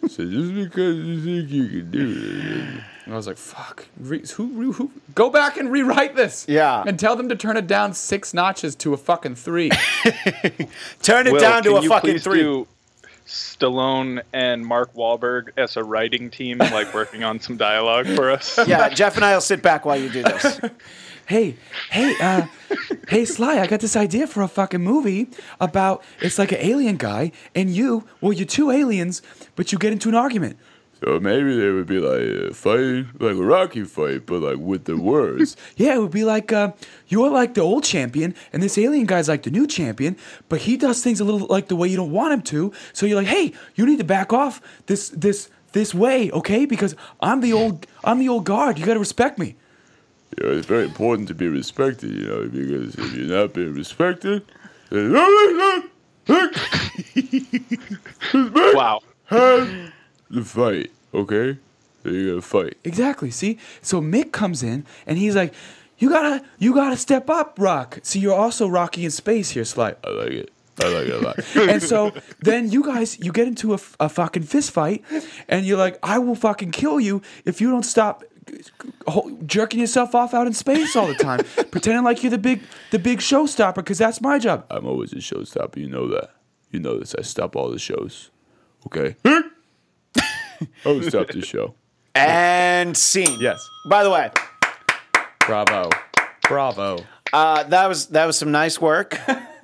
Speaker 2: said, just because you think you can do it. And I was like, fuck. Re- who, who, who? Go back and rewrite this.
Speaker 1: Yeah.
Speaker 2: And tell them to turn it down six notches to a fucking three. (laughs)
Speaker 1: Turn it
Speaker 3: Will,
Speaker 1: down to
Speaker 3: can
Speaker 1: a
Speaker 3: you
Speaker 1: fucking
Speaker 3: please
Speaker 1: three.
Speaker 3: do Stallone and Mark Wahlberg as a writing team, like working on some dialogue for us.
Speaker 1: (laughs) Yeah, Jeff and I will sit back while you do
Speaker 2: (laughs)
Speaker 1: this.
Speaker 2: hey, hey, uh, hey, Sly, I got this idea for a fucking movie about it's like an alien guy and you, well, you're two aliens, but you get into an argument. So maybe they would be like a fight, like a Rocky fight, but like with the words. yeah, it would be like uh, you're like the old champion, and this alien guy's like the new champion, but he does things a little like the way you don't want him to. So you're like, hey, you need to back off this this this way, okay? Because I'm the old I'm the old guard. You gotta respect me. You know, it's very important to be respected, you know, because if you're not being respected, (laughs) the
Speaker 3: Wow.
Speaker 2: fight, okay? So you gotta fight. Exactly. See, so Mick comes in and he's like, "You gotta, you gotta step up, Rock." See, you're also Rocky in space here, Sly. I like it. I like it a lot. (laughs) and so then you guys, you get into a, f- a fucking fist fight, and you're like, "I will fucking kill you if you don't stop ho- jerking yourself off out in space all the time, pretending like you're the big the big showstopper because that's my job. I'm always a showstopper. You know that. You know this. I stop all the shows. (laughs) Okay. I will stop the show.
Speaker 1: And scene.
Speaker 2: Yes.
Speaker 1: By the way,
Speaker 2: Bravo. Bravo.
Speaker 1: uh, that was that was some nice
Speaker 2: (laughs)
Speaker 1: work.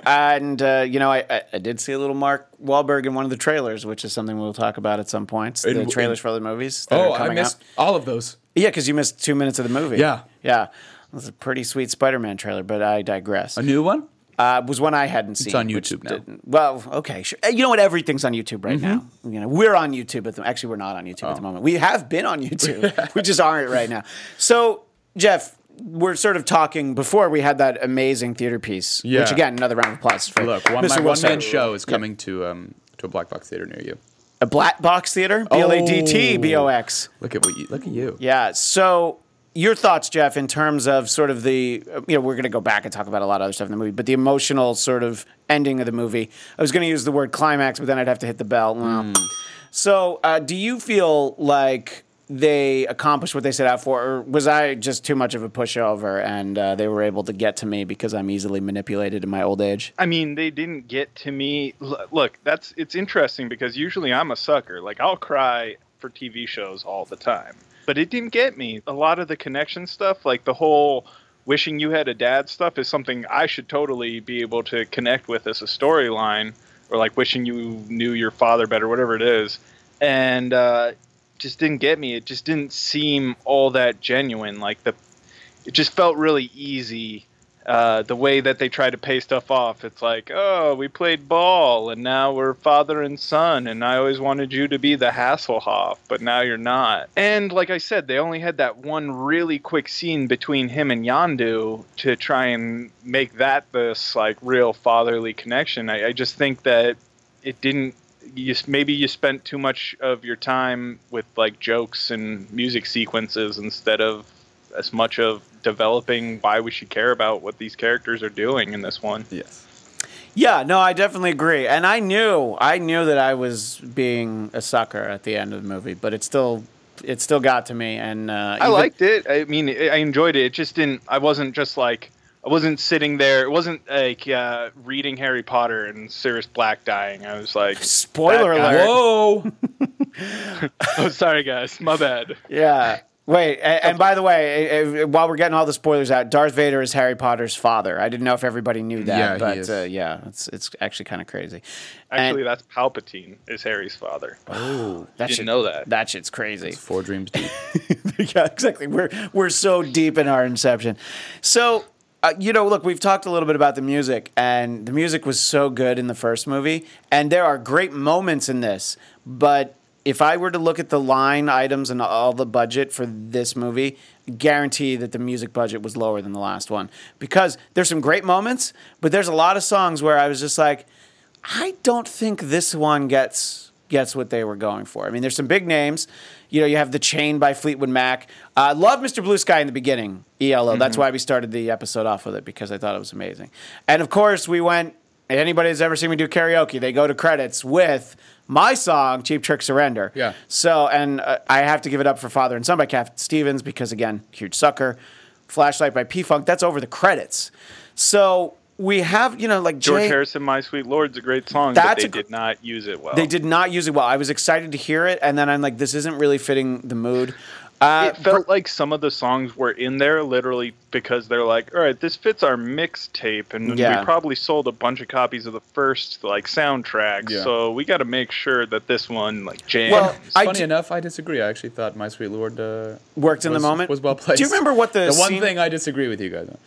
Speaker 1: And uh, you know, I, I, I did see a little Mark Wahlberg in one of the trailers, which is something we'll talk about at some point. The
Speaker 2: In-
Speaker 1: trailers for other movies. That
Speaker 2: Oh,
Speaker 1: are
Speaker 2: I
Speaker 1: coming
Speaker 2: missed
Speaker 1: Out.
Speaker 2: all of those.
Speaker 1: Yeah, because you missed two minutes of the movie.
Speaker 2: Yeah.
Speaker 1: yeah. It was a pretty sweet Spider-Man trailer, but I digress.
Speaker 2: A new one?
Speaker 1: uh, was one I hadn't seen.
Speaker 2: on
Speaker 1: which
Speaker 2: YouTube now.
Speaker 1: didn't- Well, okay, sure. Uh, You know what? Everything's on YouTube right now.
Speaker 2: Mm-hmm.
Speaker 1: You know, we're on YouTube at the. Actually, we're not on YouTube
Speaker 2: Oh.
Speaker 1: at the moment. We have been on
Speaker 2: (laughs)
Speaker 1: YouTube. we just aren't right now. So, Jeff, we're sort of talking before we had that amazing theater piece. Which
Speaker 2: Yeah.
Speaker 1: again, another round of applause for
Speaker 2: Look, one,
Speaker 1: Mr.
Speaker 2: my
Speaker 1: Wilson.
Speaker 2: one-man show is coming to um, to a black box theater near you.
Speaker 1: A black box theater. B L A D T
Speaker 2: Oh.
Speaker 1: B O X.
Speaker 2: Look at what you. Look at you.
Speaker 1: Yeah. So your thoughts, Jeff, in terms of sort of the you know we're going to go back and talk about a lot of other stuff in the movie, but the emotional sort of ending of the movie. I was going to use the word climax, but then I'd have to hit the bell. Well, So uh, do you feel like? They accomplished what they set out for, or was I just too much of a pushover and uh, they were able to get to me because I'm easily manipulated in my old age?
Speaker 3: I mean, they didn't get to me. L- Look, that's it's interesting because usually I'm a sucker. Like I'll cry for TV shows all the time, but it didn't get me. A lot of the connection stuff, like the whole wishing you had a dad stuff, is something I should totally be able to connect with as a storyline, or like wishing you knew your father better, whatever it is, and uh, just didn't get me. It just didn't seem all that genuine. Like the, it just felt really easy uh, the way that they try to pay stuff off. It's like, oh, we played ball and now we're father and son, and I always wanted you to be the Hasselhoff, but now you're not. And like I said, they only had that one really quick scene between him and Yandu to try and make that this like real fatherly connection. I, I just think that it didn't. You, s- maybe you spent too much of your time with like jokes and music sequences instead of as much of developing why we should care about what these characters are doing in this one.
Speaker 2: Yes.
Speaker 1: Yeah, no, I definitely agree. And I knew, I knew that I was being a sucker at the end of the movie, but it still, it still got to me. And uh,
Speaker 3: I
Speaker 1: even-
Speaker 3: liked it. I mean, I I enjoyed it. It just didn't. I wasn't just like I wasn't sitting there. It wasn't like uh, reading Harry Potter and Sirius Black dying. I
Speaker 1: (laughs)
Speaker 3: was like,
Speaker 1: Spoiler
Speaker 3: That guy.
Speaker 1: alert!
Speaker 2: (laughs) Whoa.
Speaker 3: oh, sorry guys, my bad.
Speaker 1: Yeah. Wait, and, and by the way, eh, eh, while we're getting all the spoilers out, Darth Vader is Harry Potter's father. I didn't know if everybody knew that,
Speaker 2: Yeah, he
Speaker 1: but
Speaker 2: is.
Speaker 1: Uh, yeah, it's it's actually kind of crazy.
Speaker 3: Actually, that's Palpatine is Harry's father.
Speaker 2: Oh.
Speaker 1: that
Speaker 3: didn't know that.
Speaker 1: That shit's crazy.
Speaker 2: Four dreams deep.
Speaker 1: (laughs) yeah, exactly. We're we're so deep in our inception. So, uh, you know, look, we've talked a little bit about the music, and the music was so good in the first movie, and there are great moments in this. But if I were to look at the line items and all the budget for this movie, guarantee that the music budget was lower than the last one because there's some great moments, but there's a lot of songs where I was just like. I don't think this one gets gets what they were going for. I mean, there's some big names. You know, you have the Chain by Fleetwood Mac. I love Mr. Blue Sky in the E
Speaker 3: Mm-hmm.
Speaker 1: beginning, ELO. That's why we started the episode off with it because I thought it was amazing. And of course, we went If anybody has ever seen me do karaoke, they go to credits with my song "Cheap Trick Surrender."
Speaker 2: Yeah.
Speaker 1: So, and uh, I have to give it up for Father and Son by Cat Stevens because again, huge sucker. Flashlight by P Funk. That's over the credits. So we have you know like
Speaker 3: George
Speaker 1: Jay-
Speaker 3: Harrison, "My Sweet Lord's" a great song,
Speaker 1: That's a
Speaker 3: but
Speaker 1: gr-
Speaker 3: they did not use it well.
Speaker 1: They did not use it well. I was excited to hear it, and then I'm like, this isn't really fitting the mood. Uh,
Speaker 3: It felt like some of the songs were in there literally because they're like, all right, this fits our mixtape, and
Speaker 1: Yeah.
Speaker 3: we probably sold a bunch of copies of the first like soundtrack,
Speaker 2: Yeah.
Speaker 3: so we got to make sure that this one like jams.
Speaker 1: Well, I
Speaker 2: Funny
Speaker 1: d-
Speaker 2: enough, I disagree. I actually thought My Sweet Lord uh,
Speaker 1: Worked in the
Speaker 2: was-
Speaker 1: moment?
Speaker 2: was well placed.
Speaker 1: Do you remember what the
Speaker 2: the one
Speaker 1: scene-
Speaker 2: thing I disagree with you guys on?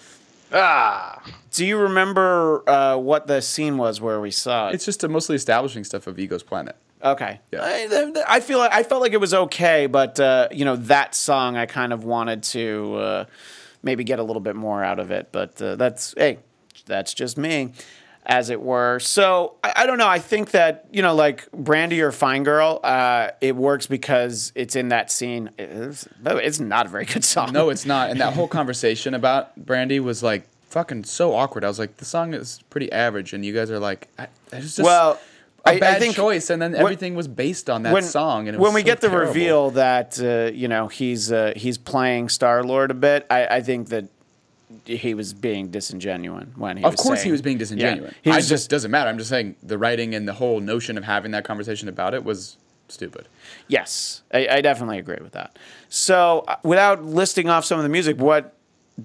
Speaker 3: ah,
Speaker 1: do you remember uh, what the scene was where we saw it?
Speaker 2: It's just a mostly establishing stuff of Ego's planet.
Speaker 1: okay.
Speaker 2: Yeah.
Speaker 1: I, I feel like, I felt like it was okay, but uh, you know that song I kind of wanted to uh, maybe get a little bit more out of it. But uh, that's hey, that's just me. As it were, so I, I don't know. I think that you know, like Brandy or Fine Girl, uh, it works because it's in that scene. It's, by the way, it's not a very good song.
Speaker 2: No, it's not. And that whole conversation about Brandy was like fucking so awkward. I was like, the song is pretty average, and you guys are like, I, it's just
Speaker 1: Well,
Speaker 2: a
Speaker 1: I- I
Speaker 2: bad
Speaker 1: think
Speaker 2: choice. And then
Speaker 1: when-
Speaker 2: everything was based on that song. And it
Speaker 1: when
Speaker 2: was
Speaker 1: we
Speaker 2: so
Speaker 1: get the
Speaker 2: terrible.
Speaker 1: reveal that uh, you know he's uh, he's playing Star Lord a bit, I, I think that he was being disingenuous when he
Speaker 2: Of
Speaker 1: was
Speaker 2: course,
Speaker 1: saying-
Speaker 2: he was being
Speaker 1: Yeah.
Speaker 2: disingenuous.
Speaker 1: he
Speaker 2: I
Speaker 1: was
Speaker 2: just,
Speaker 1: just
Speaker 2: doesn't matter. I'm just saying the writing and the whole notion of having that conversation about it was stupid.
Speaker 1: yes, I, I definitely agree with that. So uh, without listing off some of the music, what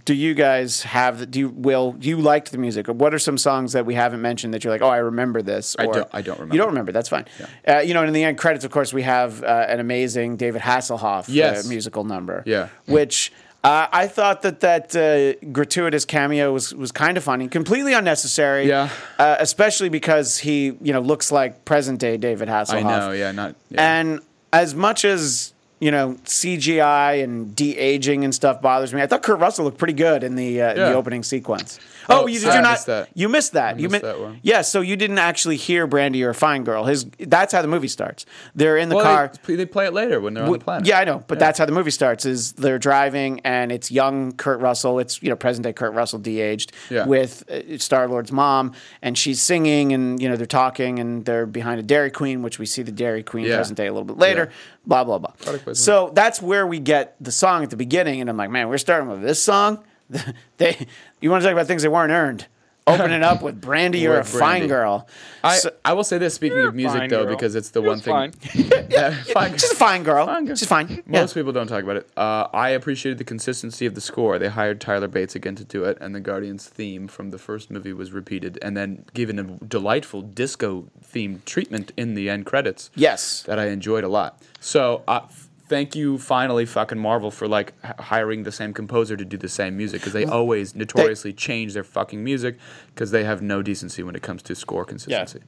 Speaker 1: do you guys have? that- Do you will you liked the music? What are some songs that we haven't mentioned that you're like, oh, I remember this?
Speaker 2: I don't- I don't
Speaker 1: You
Speaker 2: remember.
Speaker 1: don't remember? That's fine. Uh, you know, and in the end credits, of course, we have uh, an amazing David Hasselhoff
Speaker 2: Yes.
Speaker 1: uh, musical number.
Speaker 2: Yeah.
Speaker 1: which uh, I thought that that uh, gratuitous cameo was was kind of funny, completely unnecessary.
Speaker 2: Yeah.
Speaker 1: uh, especially because he you know looks like present day David Hasselhoff.
Speaker 2: I know. Yeah. Not. Yeah.
Speaker 1: And as much as you know CGI and de aging and stuff bothers me, I thought Kurt Russell looked pretty good in the uh, in the
Speaker 2: Yeah.
Speaker 1: opening sequence. Oh,
Speaker 2: Oh,
Speaker 1: you did
Speaker 2: sorry,
Speaker 1: you
Speaker 2: I
Speaker 1: not?
Speaker 2: missed that.
Speaker 1: You missed that. you
Speaker 2: missed
Speaker 1: mi-
Speaker 2: that one.
Speaker 1: Yeah, so you didn't actually hear Brandy or Fine Girl. His that's how the movie starts. They're in the car.
Speaker 2: well, they, they play it later when they're on the planet.
Speaker 1: Yeah, I know, but that's how the movie starts. Is they're driving and it's young Kurt Russell. It's you know present day Kurt Russell de-aged
Speaker 2: Yeah.
Speaker 1: with Star Lord's mom, and she's singing, and you know they're talking, and they're behind a Dairy Queen, which we see the Dairy Queen
Speaker 2: Yeah.
Speaker 1: present day a little bit later. Blah blah blah.
Speaker 2: placement.
Speaker 1: So that's where we get the song at the beginning, and I'm like, man, we're starting with this song. (laughs) they, you want to talk about things that weren't earned? Opening up with Brandy, you're a
Speaker 2: With
Speaker 1: fine
Speaker 2: Brandy.
Speaker 1: girl.
Speaker 2: I,
Speaker 1: So-
Speaker 2: I will say this speaking
Speaker 3: You're
Speaker 2: of music
Speaker 3: fine,
Speaker 2: though
Speaker 3: girl.
Speaker 2: because it's the
Speaker 3: It
Speaker 2: one
Speaker 3: was
Speaker 2: thing
Speaker 3: fine.
Speaker 2: fine.
Speaker 1: She's a fine girl.
Speaker 2: Fine girl.
Speaker 1: She's fine. Yeah.
Speaker 2: Most people don't talk about it. Uh, I appreciated the consistency of the score. They hired Tyler Bates again to do it, and the Guardians theme from the first movie was repeated and then given a delightful disco themed treatment in the end credits.
Speaker 1: Yes.
Speaker 2: That I enjoyed a lot. So, uh, f- thank you finally, fucking Marvel, for like h- hiring the same composer to do the same music because they always notoriously change their fucking music because they have no decency when it comes to score consistency.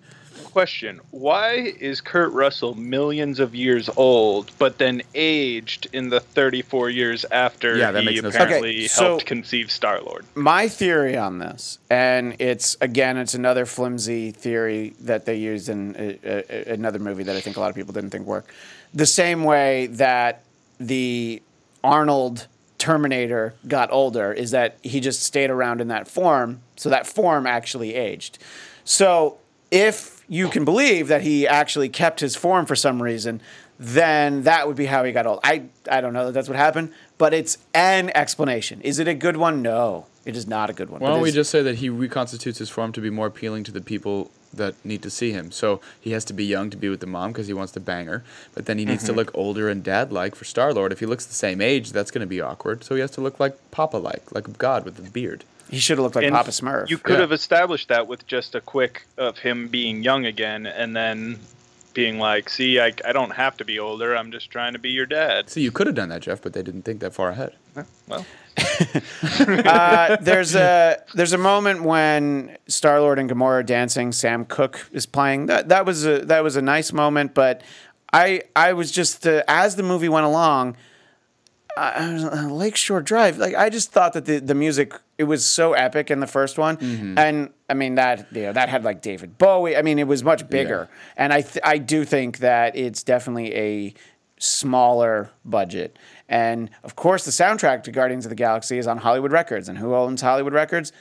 Speaker 3: question: Why is Kurt Russell millions of years old, but then aged in the 34 years after
Speaker 2: Yeah, that
Speaker 3: he
Speaker 2: makes no sense.
Speaker 3: apparently
Speaker 1: Okay, so-
Speaker 3: helped conceive Star Lord?
Speaker 1: my theory on this, and it's again, it's another flimsy theory that they used in a, a, another movie that I think a lot of people didn't think worked. The same way that the Arnold Terminator got older is that he just stayed around in that form, so that form actually aged. So if you can believe that he actually kept his form for some reason, then that would be how he got old. I, I don't know that that's what happened, but it's an explanation. Is it a good one? No, it is not a good one.
Speaker 2: Why
Speaker 1: But
Speaker 2: don't we
Speaker 1: it's-
Speaker 2: just say that he reconstitutes his form to be more appealing to the people that need to see him? So he has to be young to be with the mom because he wants to bang her, but then he needs to look older and dad like for Star Lord. If he looks the same age, that's going to be awkward. So he has to look like Papa like, like a god with a beard.
Speaker 1: he should have looked like
Speaker 3: And
Speaker 1: Papa Smurf?
Speaker 3: You could
Speaker 2: Yeah.
Speaker 3: have established that with just a quick of him being young again and then being like, see, I, I don't have to be older. I'm just trying to be your dad.
Speaker 2: See, you could have done that, Jeff, but they didn't think that far ahead.
Speaker 3: Well,
Speaker 2: (laughs)
Speaker 1: uh, there's a there's a moment when Star Lord and Gamora are dancing. Sam Cooke is playing. That that was a that was a nice moment, but I I was just uh, as the movie went along. I, I was, uh, Lakeshore Drive. Like I just thought that the, the music it was so epic in the first one,
Speaker 2: Mm-hmm.
Speaker 1: and I mean that you know, that had like David Bowie. I mean it was much bigger, and I th- I do think that it's definitely a smaller budget. And of course, the soundtrack to Guardians of the Galaxy is on Hollywood Records, and who owns Hollywood Records?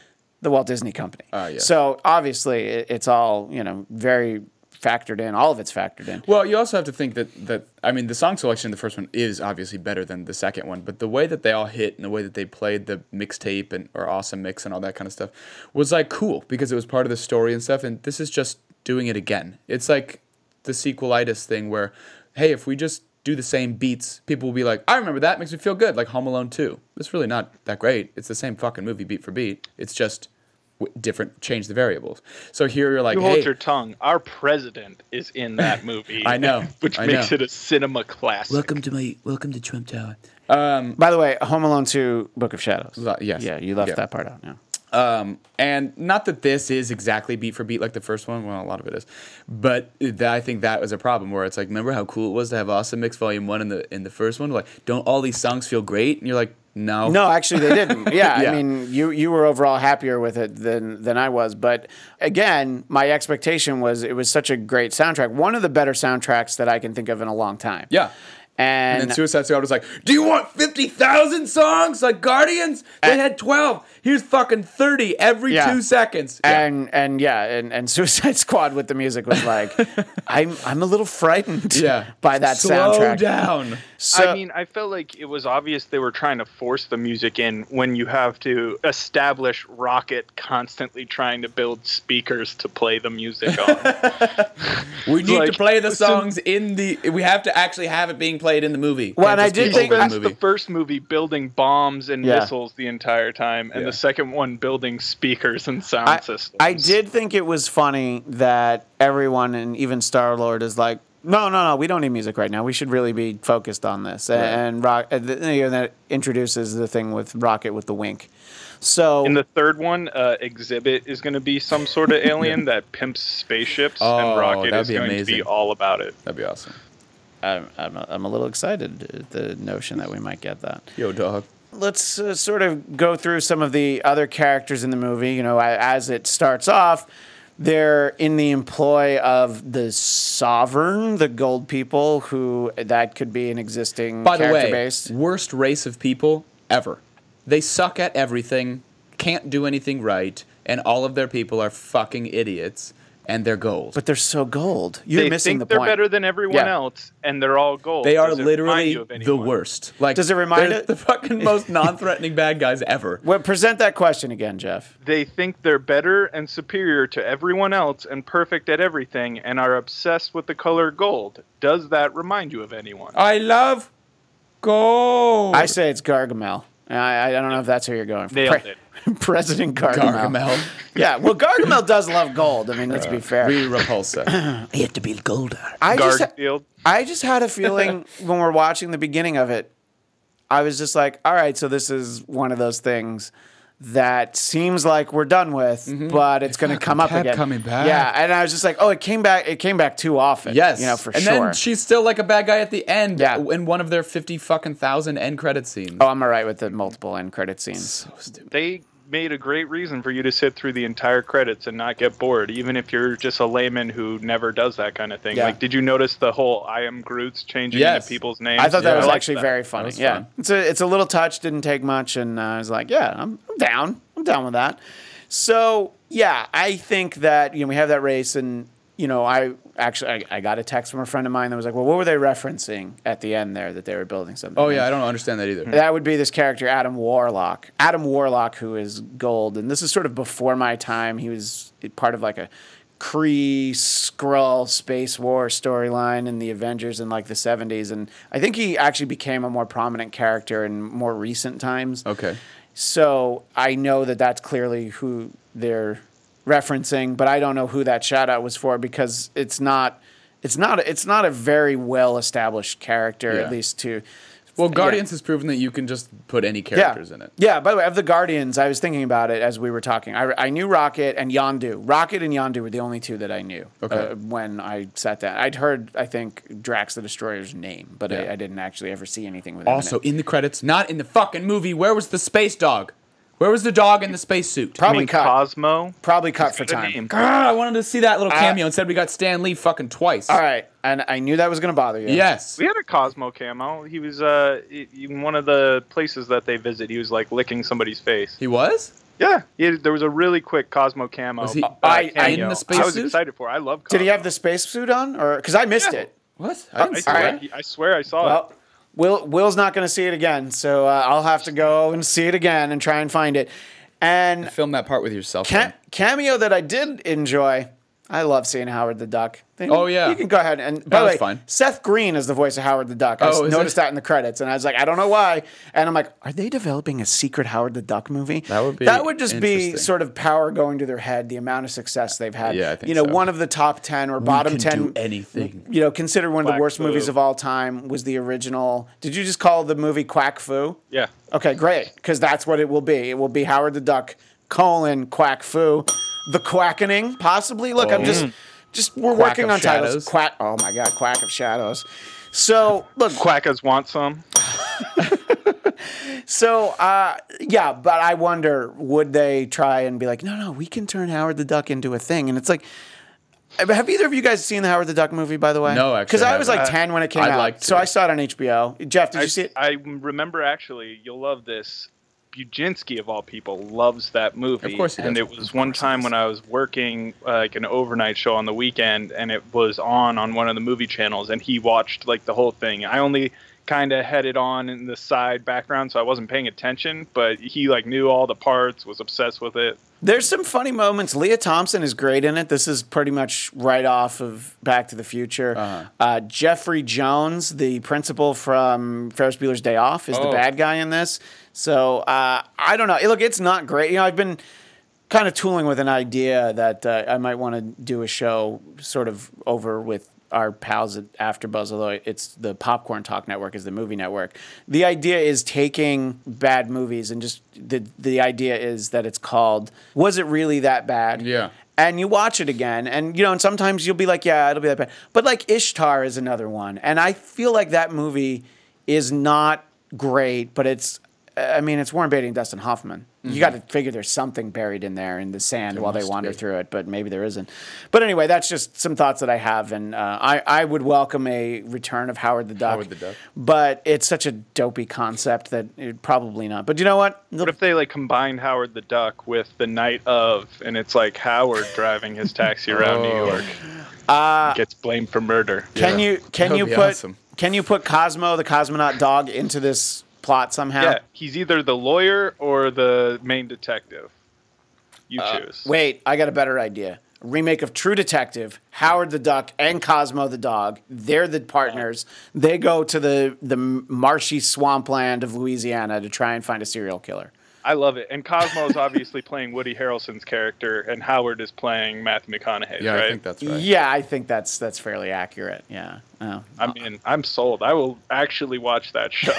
Speaker 1: the Walt Disney Company.
Speaker 2: Ah, yeah.
Speaker 1: So obviously, it, it's all you know very factored in. All of it's factored in.
Speaker 2: Well, you also have to think that that I mean the song selection in the first one is obviously better than the second one, but the way that they all hit and the way that they played the mixtape and or awesome mix and all that kind of stuff was like cool because it was part of the story and stuff. And this is just doing it again. It's like the sequelitis thing where, hey, if we just do the same beats, people will be like, I remember that makes me feel good, like Home Alone Two. It's really not that great. It's the same fucking movie beat for beat. It's just w- different. Change the variables. So here you're like,
Speaker 3: You hold
Speaker 2: hey,
Speaker 3: your tongue. Our president is in that
Speaker 2: (laughs)
Speaker 3: movie.
Speaker 2: I know,
Speaker 3: (laughs) which
Speaker 2: I
Speaker 3: makes
Speaker 2: know.
Speaker 3: it a cinema classic.
Speaker 2: to my welcome to Trump Tower.
Speaker 1: By the way, Home Alone Two: Book of Shadows.
Speaker 2: Le- yes.
Speaker 1: Yeah, you left
Speaker 2: Yeah.
Speaker 1: that part out. Yeah.
Speaker 2: Um, and not that this is exactly beat for beat like the first one. Well, a lot of it is, but th- I think that was a problem where it's like, remember how cool it was to have Awesome Mix Volume One in the in the first one? Like, don't all these songs feel great? And you're like, no,
Speaker 1: No, (laughs) actually, they
Speaker 2: (laughs)
Speaker 1: didn't. Yeah,
Speaker 2: Yeah.
Speaker 1: I mean, you you were overall happier with it than than I was. But again, my expectation was it was such a great soundtrack, one of the better soundtracks that I can think of in a long time.
Speaker 2: yeah.
Speaker 1: and,
Speaker 2: And then Suicide Squad was like, do you want fifty thousand songs like Guardians? They had twelve. Here's fucking thirty every
Speaker 1: Yeah.
Speaker 2: two seconds. Yeah.
Speaker 1: and and yeah, and, and (laughs) Suicide Squad with the music was
Speaker 2: (laughs)
Speaker 1: like, I'm I'm a little frightened.
Speaker 2: yeah,
Speaker 1: by that
Speaker 2: Slow
Speaker 1: soundtrack.
Speaker 2: down.
Speaker 1: So,
Speaker 3: I mean, I felt like it was obvious they were trying to force the music in when you have to establish Rocket constantly trying to build speakers to play the music
Speaker 2: (laughs)
Speaker 3: on.
Speaker 2: We need to
Speaker 3: like,
Speaker 2: play the
Speaker 3: listen-
Speaker 2: songs in the. We have to actually have it being played in the movie.
Speaker 1: Well, and
Speaker 2: Can't
Speaker 1: I
Speaker 2: just be
Speaker 1: did think-
Speaker 2: over the
Speaker 1: That's
Speaker 3: Spends
Speaker 2: movie.
Speaker 3: the first movie building bombs and
Speaker 1: Yeah.
Speaker 3: missiles the entire time, and
Speaker 2: Yeah.
Speaker 3: the second one building speakers and sound
Speaker 1: I,
Speaker 3: systems.
Speaker 1: I did think it was funny that everyone and even Star Lord is like, no, no, no, we don't need music right now. We should really be focused on this. And, and Rock, and th- you know, that introduces the thing with Rocket with the wink. So
Speaker 3: In the third one, uh, Exhibit is going to be some
Speaker 2: (laughs)
Speaker 3: sort of alien that pimps spaceships,
Speaker 2: Oh,
Speaker 3: and Rocket
Speaker 2: that'd
Speaker 3: is
Speaker 2: be
Speaker 3: going to be
Speaker 2: amazing.
Speaker 3: all about it.
Speaker 2: That'd be awesome.
Speaker 1: I'm, I'm, a, I'm a little excited at the notion that we might get that.
Speaker 2: Yo, dog.
Speaker 1: let's uh, sort of go through some of the other characters in the movie. You know, a- as it starts off, they're in the employ of the sovereign, the gold people, who that could be an existing
Speaker 2: By the
Speaker 1: character
Speaker 2: way,
Speaker 1: based.
Speaker 2: worst race of people ever. They suck at
Speaker 1: Mm.
Speaker 2: everything, can't do anything right, and all of their people are fucking idiots, and they're gold.
Speaker 1: But they're so gold. You're
Speaker 3: they
Speaker 1: missing
Speaker 3: think
Speaker 1: the
Speaker 3: they're
Speaker 1: point.
Speaker 3: better than everyone
Speaker 1: Yeah.
Speaker 3: else, and they're all gold.
Speaker 2: they are
Speaker 3: Does it remind
Speaker 2: literally
Speaker 3: you of
Speaker 2: the
Speaker 3: anyone?
Speaker 2: worst. Like,
Speaker 1: Does it remind
Speaker 2: they're
Speaker 1: it-
Speaker 2: the fucking most non-threatening bad guys ever?
Speaker 1: well, present that question again, Jeff.
Speaker 3: they think they're better and superior to everyone else and perfect at everything and are obsessed with the color gold. Does that remind you of anyone?
Speaker 2: I love gold.
Speaker 1: I say it's Gargamel. And I, I don't know if that's who you're going for.
Speaker 3: Nailed
Speaker 1: it. (laughs) President Gargamel.
Speaker 2: Gargamel.
Speaker 1: Yeah, well, Gargamel does love gold. I mean, let's be fair.
Speaker 2: Re Repulsa.
Speaker 4: I have to be golder.
Speaker 1: I just-
Speaker 3: Garfield.
Speaker 1: I just had a
Speaker 2: (laughs)
Speaker 1: feeling when we're watching the beginning of it, I was just like, all right, so this is one of those things that seems like we're done with,
Speaker 2: Mm-hmm.
Speaker 1: but it's going to come up
Speaker 2: kept
Speaker 1: again.
Speaker 2: coming back.
Speaker 1: Yeah, and I was just like, oh, it came back. It came back too often.
Speaker 2: Yes.
Speaker 1: you know for
Speaker 2: and
Speaker 1: sure.
Speaker 2: then she's still like a bad guy at the end
Speaker 1: Yeah.
Speaker 2: in one of their 50 fucking thousand end credit scenes.
Speaker 1: oh, I'm all right with the multiple end credit scenes.
Speaker 3: They made a great reason for you to sit through the entire credits and not get bored, even if you're just a layman who never does that kind of thing.
Speaker 1: Yeah.
Speaker 3: Like, did you notice the whole I am Groot's changing
Speaker 2: Yes.
Speaker 3: into people's names?
Speaker 1: I thought that
Speaker 2: Yeah,
Speaker 1: was
Speaker 2: I liked
Speaker 1: actually
Speaker 3: that.
Speaker 1: very funny.
Speaker 2: was
Speaker 1: Yeah,
Speaker 2: fun.
Speaker 1: it's a it's a little touch. Didn't take much, and uh, I was like, yeah, I'm, I'm down. I'm down with that. So yeah, I think that you know we have that race, and you know I actually I, I got a text from a friend of mine that was like, well, what were they referencing at the end there that they were building something?
Speaker 2: Oh, yeah, I don't understand that either.
Speaker 1: That would be this character, Adam Warlock. Adam Warlock, who is gold, and this is sort of before my time. He was part of like a Kree Skrull Space War storyline in the Avengers in like the 70s. And I think he actually became a more prominent character in more recent times.
Speaker 2: Okay.
Speaker 1: So I know that that's clearly who they're referencing, but I don't know who that shout out was for because it's not it's not it's not a very well established character
Speaker 2: Yeah.
Speaker 1: at least to
Speaker 2: Well, Guardians has proven that you can just put any
Speaker 1: yeah.
Speaker 2: characters in it.
Speaker 1: Yeah, by the way, of the Guardians, I was thinking about it as we were talking. I, I knew Rocket and Yondu. Rocket and Yondu were the only two that I knew
Speaker 2: Okay.
Speaker 1: uh, when I sat down. I'd heard, I think, Drax the Destroyer's name, but
Speaker 2: Yeah.
Speaker 1: I, I didn't actually ever see anything with him. in
Speaker 2: Also,
Speaker 1: it.
Speaker 2: in the credits, not in the fucking movie, where was the space dog? Where was the dog in the space suit?
Speaker 3: I
Speaker 1: probably
Speaker 3: mean,
Speaker 1: cut.
Speaker 3: Cosmo.
Speaker 1: probably cut for
Speaker 3: Good
Speaker 1: time.
Speaker 3: name.
Speaker 4: "Ah,
Speaker 2: God, I wanted to see that little cameo. Instead, we got Stan Lee fucking twice.
Speaker 1: Uh, All right, and I knew that was going to bother you.
Speaker 2: Yes.
Speaker 3: We had a Cosmo camo. He was uh, in one of the places that they visit. He was like licking somebody's face.
Speaker 2: He was?
Speaker 3: Yeah, it, there was a really quick Cosmo camo.
Speaker 2: Was he
Speaker 3: uh,
Speaker 1: I- I-
Speaker 3: cameo
Speaker 1: in
Speaker 2: the
Speaker 3: I was
Speaker 2: spacesuit?
Speaker 3: excited for. it. I love. Cosmo.
Speaker 1: Did he have the spacesuit on, or because I missed
Speaker 3: Yeah.
Speaker 1: it?
Speaker 2: What?
Speaker 3: I,
Speaker 2: I didn't see
Speaker 3: swear,
Speaker 2: that.
Speaker 3: I swear I saw
Speaker 1: Well, Will Will's not going to see it again, so uh, I'll have to go and see it again and try and find it. And
Speaker 4: Film that part with yourself.
Speaker 1: ca-
Speaker 4: then.
Speaker 1: cameo that I did enjoy. I love seeing Howard the Duck. They-
Speaker 4: Oh, yeah.
Speaker 1: you can go ahead and by the
Speaker 4: was
Speaker 1: way,
Speaker 4: fine.
Speaker 1: Seth Green is the voice of Howard the Duck. I
Speaker 4: Oh,
Speaker 1: s-
Speaker 4: is
Speaker 1: noticed
Speaker 4: it?
Speaker 1: that in the credits, and I was like, I don't know why. And I'm like, are they developing a secret Howard the Duck movie?
Speaker 4: That would be
Speaker 1: that would just be
Speaker 4: interesting.
Speaker 1: sort of power going to their head, the amount of success they've had.
Speaker 4: Yeah, I think
Speaker 1: you know,
Speaker 4: so.
Speaker 1: one of the top ten or bottom
Speaker 2: can
Speaker 1: ten
Speaker 2: do anything.
Speaker 1: You know, considered one of the
Speaker 3: Quack
Speaker 1: worst
Speaker 3: Fu.
Speaker 1: movies of all time was the original. Did you just call the movie Quack Foo?
Speaker 3: it. Yeah.
Speaker 1: Okay, great, because that's what it will be. It will be Howard the Duck colon quack foo, the quackening possibly. Look, I'm just just we're
Speaker 4: Oh. Quack
Speaker 1: working
Speaker 4: of
Speaker 1: on titles.
Speaker 4: Shadows.
Speaker 1: Quack. Oh my god, quack of shadows. So look,
Speaker 3: Quackas want some.
Speaker 1: so uh, yeah, but I wonder would they try and be like, no, no, we can turn Howard the Duck into a thing, and it's like. Have either of you guys seen the Howard the Duck movie, by the way?
Speaker 4: No, actually,
Speaker 1: Because I was
Speaker 4: I
Speaker 1: like
Speaker 4: haven't.
Speaker 1: 10 when it came
Speaker 4: I'd
Speaker 1: out.
Speaker 4: like to.
Speaker 1: So I saw it on HBO. Jeff, did
Speaker 3: I,
Speaker 1: you see it?
Speaker 3: I remember actually, you'll love this. Bujinsky of all people loves that movie.
Speaker 4: Of course he
Speaker 3: and
Speaker 4: does.
Speaker 3: it was one time when I was working uh, like an overnight show on the weekend, and it was on on one of the movie channels, and he watched like the whole thing. I only kind of had it on in the side background, so I wasn't paying attention, but he like knew all the parts, was obsessed with it.
Speaker 1: There's some funny moments. Leah Thompson is great in it. This is pretty much right off of Back to the Future. uh Jeffrey Jones, the principal from Ferris Bueller's Day Off, is the
Speaker 4: Oh.
Speaker 1: bad guy in this. So uh, I don't know. Look, it's not great. You know, I've been kind of tooling with an idea that uh, I might want to do a show sort of over with our pals at AfterBuzz, although it's the Popcorn Talk Network is the movie network. The idea is taking bad movies and just the the idea is that it's called "Was It Really That Bad?"
Speaker 4: Yeah.
Speaker 1: And you watch it again, and you know, and sometimes you'll be like, "Yeah, it'll be that bad," but like Ishtar is another one, and I feel like that movie is not great, but it's. I mean, it's Warren Beatty and Dustin Hoffman. You got to figure there's something buried in there in the sand while they
Speaker 4: Mm-hmm. must
Speaker 1: wander
Speaker 4: be.
Speaker 1: through it, but maybe there isn't. But anyway, that's just some thoughts that I have, and uh, I I would welcome a return of Howard the Duck.
Speaker 4: Howard the Duck.
Speaker 1: But it's such a dopey concept that it, probably not. But you know what?
Speaker 3: What if they like combined Howard the Duck with the night of, and it's like Howard driving his taxi around
Speaker 4: Oh. Uh,
Speaker 3: New York, gets blamed for murder.
Speaker 1: Can
Speaker 4: Yeah.
Speaker 1: you can
Speaker 4: That
Speaker 1: you
Speaker 4: would be
Speaker 1: put
Speaker 4: awesome.
Speaker 1: can you put Cosmo the cosmonaut dog into this plot somehow?
Speaker 3: Yeah, he's either the lawyer or the main detective. You
Speaker 1: Uh,
Speaker 3: choose.
Speaker 1: Wait, I got a better idea. A remake of True Detective, Howard the Duck and Cosmo the dog. They're the partners. They go to the the marshy swampland of Louisiana to try and find a serial killer.
Speaker 3: I love it. And Cosmo's obviously (laughs) playing Woody Harrelson's character, and Howard is playing Matthew McConaughey.
Speaker 4: Yeah,
Speaker 3: right?
Speaker 4: I think that's right.
Speaker 1: Yeah, I think that's that's fairly accurate. Yeah. Oh.
Speaker 3: I mean, I'm sold. I will actually
Speaker 1: (laughs)
Speaker 3: watch that show.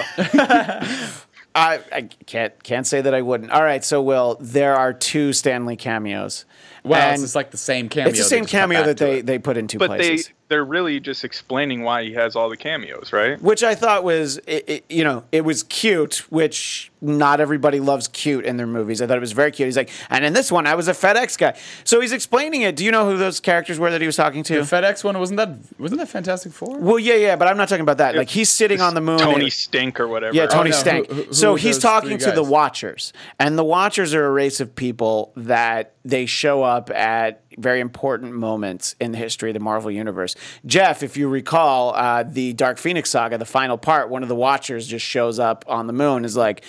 Speaker 1: I, I can't can't say that I wouldn't. All right, so Will, there are two Stanley cameos.
Speaker 4: Well,
Speaker 1: And
Speaker 4: it's just like the same cameo.
Speaker 1: it's the same
Speaker 4: they just cut
Speaker 1: cameo
Speaker 4: back
Speaker 1: that
Speaker 4: to
Speaker 1: they,
Speaker 4: it.
Speaker 1: they put in two
Speaker 3: but they
Speaker 1: places.
Speaker 3: they're really just explaining why he has all the cameos, right?
Speaker 1: which I thought was, it, it, you know, it was cute, which not everybody loves cute in their movies. I thought it was very cute. He's like, and in this one, I was a FedEx guy. So he's explaining it. Do you know who those characters were that he was talking to?
Speaker 4: The FedEx one wasn't that wasn't that Fantastic Four?
Speaker 1: well, yeah, yeah, but I'm not talking about that. Like he's sitting on the moon.
Speaker 3: Tony Stink or whatever.
Speaker 1: Yeah, Tony
Speaker 4: Oh, no, who-
Speaker 1: Stank.
Speaker 4: who- who
Speaker 1: so
Speaker 4: are
Speaker 1: he's
Speaker 4: those
Speaker 1: talking
Speaker 4: three
Speaker 1: to the
Speaker 4: guys?
Speaker 1: Watchers, and the Watchers are a race of people that they show up at very important moments in the history of the Marvel Universe. Jeff, if you recall, uh, the Dark Phoenix saga, the final part, one of the Watchers just shows up on the moon, is like.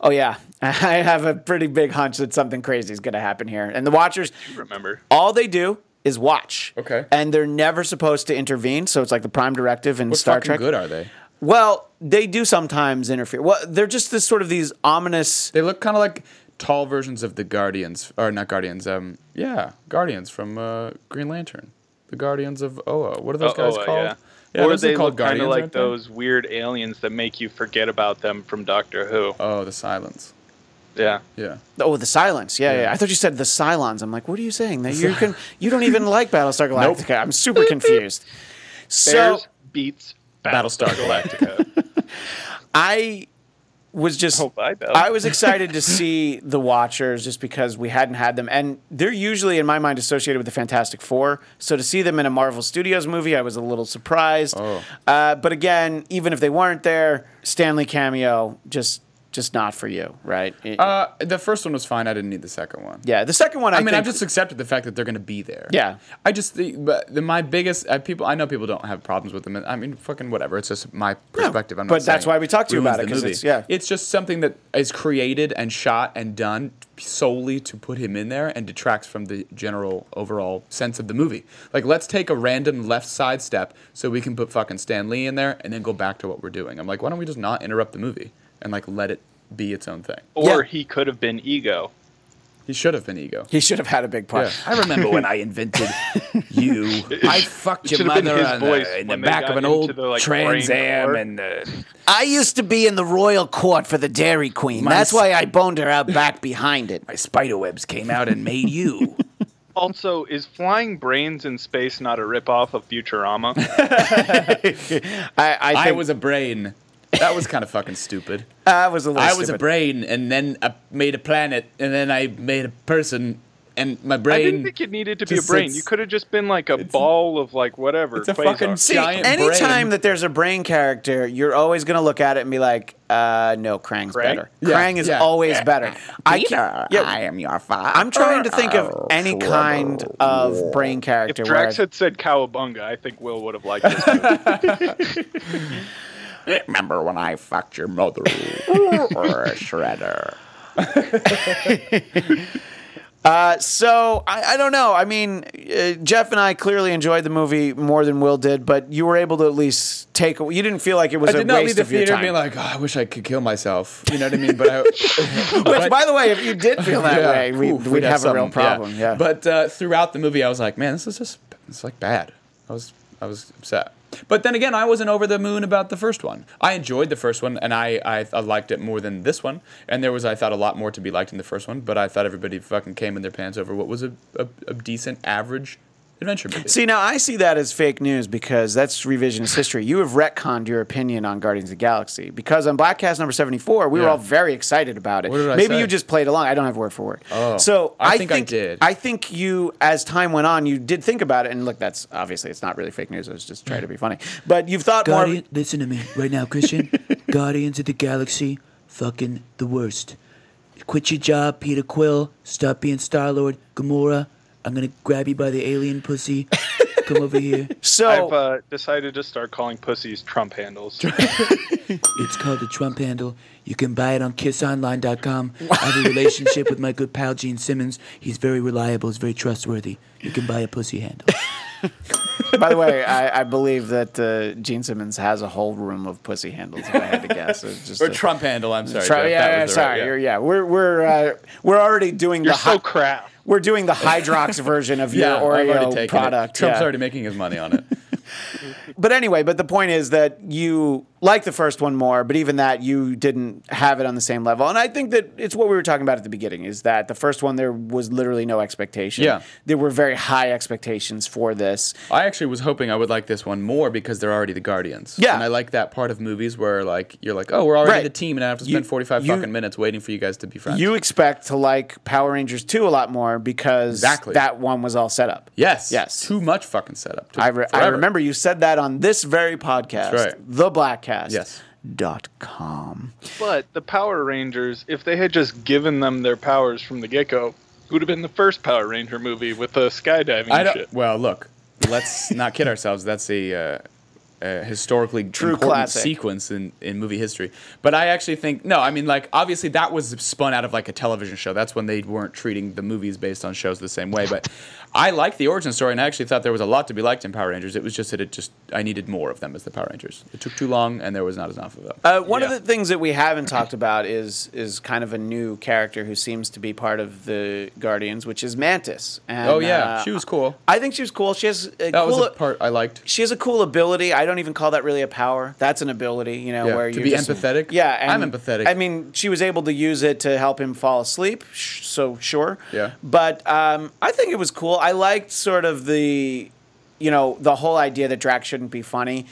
Speaker 1: Oh yeah, (laughs) I have a pretty big hunch that something crazy is going to happen here. And the Watchers,
Speaker 3: Remember?
Speaker 1: all they do is watch.
Speaker 4: Okay.
Speaker 1: And they're never supposed to intervene, so it's like the prime directive in
Speaker 4: What
Speaker 1: Star
Speaker 4: fucking
Speaker 1: Trek.
Speaker 4: good are they?
Speaker 1: Well, they do sometimes interfere. Well, they're just this sort of these ominous.
Speaker 4: They look kind of like tall versions of the Guardians, or not Guardians. Um, yeah, Guardians from uh, Green Lantern, the Guardians of Oa. What are those guys
Speaker 3: Oh, oh,
Speaker 4: called?
Speaker 3: yeah.
Speaker 4: Yeah,
Speaker 3: or
Speaker 4: those are
Speaker 3: they
Speaker 4: called
Speaker 3: look kind of
Speaker 4: Guardians,
Speaker 3: like
Speaker 4: aren't they?
Speaker 3: those weird aliens that make you forget about them from Doctor Who.
Speaker 4: Oh, the Silence.
Speaker 3: Yeah.
Speaker 4: Yeah.
Speaker 1: Oh, the silence. Yeah, yeah. I thought you said the Cylons. I'm like, what are you saying? That you can. You don't even like Battlestar Galactica. I'm super confused. So
Speaker 3: Bears beats
Speaker 4: Battlestar
Speaker 3: Galactica.
Speaker 1: I was just.
Speaker 3: oh, bye, Bell.
Speaker 1: I was excited to
Speaker 4: (laughs)
Speaker 1: see the Watchers just because we hadn't had them, and they're usually in my mind associated with the Fantastic Four. So to see them in a Marvel Studios movie, I was a little surprised.
Speaker 4: Oh.
Speaker 1: Uh, but again, even if they weren't there, Stanley cameo just just not for you, right? It-
Speaker 4: Uh, the first one was fine. I didn't need the second one.
Speaker 1: yeah, the second one. I,
Speaker 4: I mean,
Speaker 1: think,
Speaker 4: I've just accepted the fact that they're going to be there.
Speaker 1: Yeah.
Speaker 4: I just think, but the, my biggest uh, people. I know people don't have problems with them. and I mean, fucking whatever. It's just my perspective. I'm not
Speaker 1: but that's
Speaker 4: saying
Speaker 1: why we talked to you
Speaker 4: ruins
Speaker 1: about it,
Speaker 4: the
Speaker 1: 'cause
Speaker 4: movie.
Speaker 1: it's- yeah.
Speaker 4: It's just something that is created and shot and done solely to put him in there and detracts from the general overall sense of the movie. Like, let's take a random left side step so we can put fucking Stan Lee in there and then go back to what we're doing. I'm like, why don't we just not interrupt the movie and like let it be its own thing?
Speaker 1: Yeah.
Speaker 3: Or he could have been ego.
Speaker 4: He should have been ego.
Speaker 1: he should have had a big part.
Speaker 4: Yeah. I remember when
Speaker 1: (laughs)
Speaker 4: I invented you. I fucked
Speaker 3: it
Speaker 4: your
Speaker 3: should've been
Speaker 4: mother
Speaker 3: his
Speaker 4: on
Speaker 3: voice
Speaker 4: the, in the
Speaker 3: when they
Speaker 4: back
Speaker 3: got
Speaker 4: of an
Speaker 3: into
Speaker 4: old
Speaker 3: the, like,
Speaker 4: Trans
Speaker 3: brain
Speaker 4: Am,
Speaker 3: door.
Speaker 4: and uh,
Speaker 1: I used to be in the royal court for the Dairy Queen.
Speaker 4: My
Speaker 1: That's
Speaker 4: s-
Speaker 1: why I boned her out back behind
Speaker 4: (laughs)
Speaker 1: it.
Speaker 4: my spider webs came out and made you.
Speaker 3: Also, is flying brains in space not a ripoff of Futurama?
Speaker 4: (laughs)
Speaker 1: I, I, think
Speaker 4: (laughs) I was a brain. That was kind of fucking stupid.
Speaker 1: I was a little
Speaker 4: I was a
Speaker 1: stupid.
Speaker 4: brain, and then I made a planet, and then I made a person, and my brain.
Speaker 3: I didn't think it needed to be a
Speaker 4: just
Speaker 3: brain.
Speaker 4: sits-
Speaker 3: You could have just been like a ball of like whatever.
Speaker 4: It's a
Speaker 3: quasar.
Speaker 4: fucking
Speaker 1: See,
Speaker 4: giant
Speaker 1: anytime
Speaker 4: brain.
Speaker 1: that there's a brain character, you're always going to look at it and be like, uh, no, Krang's better.
Speaker 4: Yeah,
Speaker 1: Krang is
Speaker 4: yeah.
Speaker 1: always better. I can't, yeah,
Speaker 2: am your father.
Speaker 1: I'm trying to think
Speaker 4: Oh,
Speaker 1: of any kind of brain
Speaker 3: If
Speaker 1: character. where
Speaker 3: Drax had said Cowabunga, I think Will would have liked this.
Speaker 4: (laughs)
Speaker 3: movie.
Speaker 2: Remember when I fucked your mother? Shredder.
Speaker 1: Uh, so I, I don't know. I mean, uh, Jeff and I clearly enjoyed the movie more than Will did, but you were able to at least take. You didn't feel like it was
Speaker 4: I
Speaker 1: a
Speaker 4: did not leave
Speaker 1: waste
Speaker 4: the
Speaker 1: of your
Speaker 4: theater
Speaker 1: time.
Speaker 4: being like, oh, I wish I could kill myself. You know what I mean? (laughs) But I.
Speaker 1: Which, by the way, if you did feel (laughs) that
Speaker 4: (laughs) Yeah.
Speaker 1: way, we,
Speaker 4: Oof,
Speaker 1: we'd, have, a real
Speaker 4: something, yeah.
Speaker 1: problem. Yeah.
Speaker 4: But uh, throughout the movie, I was like, man, this is just it's like bad. I was I was upset. But then again, I wasn't over the moon about the first one. I enjoyed the first one, and I, I, I liked it more than this one. And there was, I thought, a lot more to be liked in the first one. But I thought everybody fucking came in their pants over what was a, a, a decent, average adventure movie.
Speaker 1: See, now I see that as fake news because that's revisionist history. You have retconned your opinion on Guardians of the Galaxy because on Blackcast number 74, we were
Speaker 4: Yeah.
Speaker 1: all very excited about it.
Speaker 4: What did I
Speaker 1: Maybe
Speaker 4: say?
Speaker 1: you just played along. I don't have word for word.
Speaker 4: Oh,
Speaker 1: so
Speaker 4: I
Speaker 1: I,
Speaker 4: think I did.
Speaker 1: I think you, as time went on, you did think about it. And look, that's obviously, it's not really fake news. I was just trying to be funny. But you've thought more.
Speaker 5: Guardian, listen to me right
Speaker 4: (laughs)
Speaker 5: now, Christian. Guardians of the Galaxy, fucking the worst. Quit your job, Peter Quill. Stop being Star Lord, Gamora. I'm gonna grab you by the alien pussy. Come over here.
Speaker 1: So
Speaker 3: I've uh, decided to start calling pussies Trump
Speaker 4: (laughs)
Speaker 3: handles.
Speaker 5: It's called the Trump handle. You can buy it on kissonline.com. I have a relationship with my good pal Gene Simmons. He's very reliable. He's very trustworthy. You can buy a pussy handle.
Speaker 1: By the way, I, I believe that uh, Gene Simmons has a whole room of pussy handles. If I had to guess, It's just
Speaker 4: or
Speaker 1: a-
Speaker 4: Trump handle, I'm sorry.
Speaker 1: Try-
Speaker 4: Jeff,
Speaker 1: yeah,
Speaker 4: that
Speaker 1: yeah,
Speaker 4: was the right-
Speaker 1: sorry.
Speaker 4: yeah.
Speaker 1: You're, yeah, we're we're uh, we're already doing
Speaker 3: You're
Speaker 1: the hi-
Speaker 3: so crap.
Speaker 1: we're doing the
Speaker 4: (laughs)
Speaker 1: Hydrox version of
Speaker 4: Yeah,
Speaker 1: your
Speaker 4: I've already taken
Speaker 1: Oreo
Speaker 4: it.
Speaker 1: product.
Speaker 4: Trump's
Speaker 1: yeah.
Speaker 4: already making his money on it.
Speaker 1: But anyway, but the point is that you like the first one more, but even that you didn't have it on the same level. And I think that it's what we were talking about at the beginning is that the first one there was literally no expectation.
Speaker 4: Yeah.
Speaker 1: There were very high expectations for this.
Speaker 4: (laughs) I actually was hoping I would like this one more because they're already the Guardians.
Speaker 1: Yeah.
Speaker 4: And I like that part of movies where like you're like, oh, we're already
Speaker 1: Right.
Speaker 4: the team, and I have to
Speaker 1: You-
Speaker 4: spend 45
Speaker 1: you-
Speaker 4: fucking minutes waiting for you guys to be friends.
Speaker 1: You expect to like Power Rangers 2 a lot more because
Speaker 4: Exactly.
Speaker 1: that one was all set up.
Speaker 4: yes.
Speaker 1: Yes.
Speaker 4: Too much fucking setup. to-
Speaker 1: I, re- I
Speaker 4: forever.
Speaker 1: remember you said that on this very podcast,
Speaker 4: That's right.
Speaker 1: the Blackcast.
Speaker 4: Yes.
Speaker 1: Dot com.
Speaker 3: But the Power Rangers, if they had just given them their powers from the get go, it would have been the first Power Ranger movie with the skydiving
Speaker 4: I
Speaker 3: and
Speaker 4: don't.
Speaker 3: shit.
Speaker 4: Well, look,
Speaker 1: (laughs)
Speaker 4: let's not kid ourselves. That's a, uh, a historically
Speaker 1: True
Speaker 4: important
Speaker 1: classic.
Speaker 4: sequence in, in movie history. But I actually think no. I mean, like obviously that was spun out of like a television show. That's when they weren't treating the movies based on shows the same way. But I liked the origin story, and I actually thought there was a lot to be liked in Power Rangers. It was just that it just I needed more of them as the Power Rangers. It took too long, and there was not enough of them.
Speaker 1: Uh, one
Speaker 3: Yeah.
Speaker 1: of the things that we haven't talked about is is kind of a new character who seems to be part of the Guardians, which is Mantis. And,
Speaker 4: oh yeah,
Speaker 1: uh,
Speaker 4: she was cool.
Speaker 1: I think she was cool. She has a
Speaker 4: That
Speaker 1: cool.
Speaker 4: was a part I liked.
Speaker 1: she has a cool ability. I don't even call that really a power. That's an ability, you know,
Speaker 4: Yeah,
Speaker 1: where
Speaker 4: to
Speaker 1: you
Speaker 4: be
Speaker 1: just-
Speaker 4: empathetic?
Speaker 1: Yeah, and-
Speaker 4: I'm empathetic.
Speaker 1: I mean, she was able to use it to help him fall asleep. sh- So sure.
Speaker 4: Yeah.
Speaker 1: But um, I think it was cool. I liked sort of the, you know, the whole idea that Drax shouldn't be funny.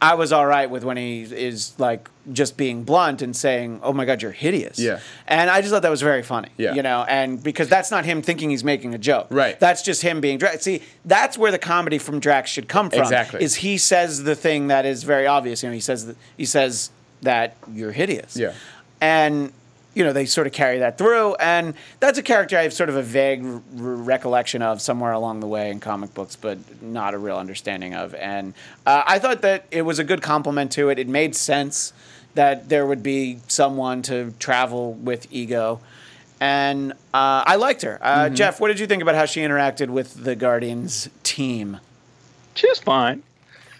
Speaker 1: I was all right with when he is like just being blunt and saying, "Oh my God, you're hideous."
Speaker 4: Yeah.
Speaker 1: And I just thought that was very funny.
Speaker 4: Yeah.
Speaker 1: You know, and because that's not him thinking he's making a joke.
Speaker 4: Right.
Speaker 1: That's just him being Drax. See, that's where the comedy from Drax should come from.
Speaker 4: Exactly.
Speaker 1: Is he says the thing that is very obvious. You know, he says th- he says that you're hideous.
Speaker 4: Yeah.
Speaker 1: and you know they sort of carry that through and that's a character i have sort of a vague r- r- recollection of somewhere along the way in comic books but not a real understanding of and uh, i thought that it was a good compliment to it it made sense that there would be someone to travel with ego and uh, i liked her uh,
Speaker 4: Mm-hmm.
Speaker 1: jeff what did you think about how she interacted with the guardians team (laughs)
Speaker 3: Just fine.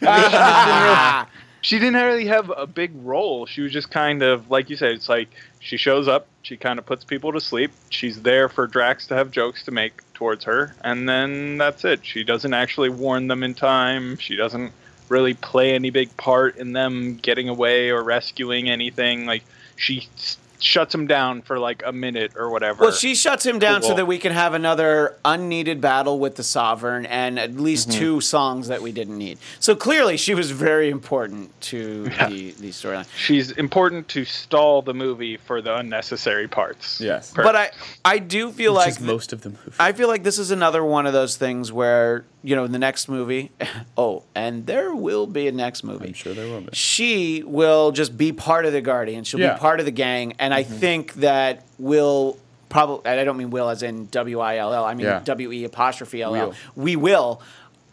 Speaker 3: I mean, she didn't really- she didn't really have a big role. She was just kind of like you said. It's like she shows up, she kind of puts people to sleep. She's there for Drax to have jokes to make towards her, and then that's it. She doesn't actually warn them in time. She doesn't really play any big part in them getting away or rescuing anything. Like she s- shuts them down for like a minute or whatever.
Speaker 1: Well, she shuts him down so
Speaker 3: Cool.
Speaker 1: that we can have another unneeded battle with the Sovereign and at least two songs that we didn't need. So clearly, she was very important to the, the storyline.
Speaker 3: she's important to stall the movie for the unnecessary parts.
Speaker 4: Yes.
Speaker 1: But I, I do feel
Speaker 4: Which
Speaker 1: like
Speaker 4: is most of the movie.
Speaker 1: I feel like this is another one of those things where you know in the next movie, (laughs) oh, and there will be a next movie.
Speaker 4: I'm sure there will be.
Speaker 1: She will just be part of the Guardian. She'll
Speaker 4: Yeah. Mm-hmm.
Speaker 1: be part of the gang, and I think that will probably. I don't mean will as in W I L L. I mean
Speaker 4: Yeah.
Speaker 1: W E apostrophe L L.
Speaker 4: Will.
Speaker 1: We will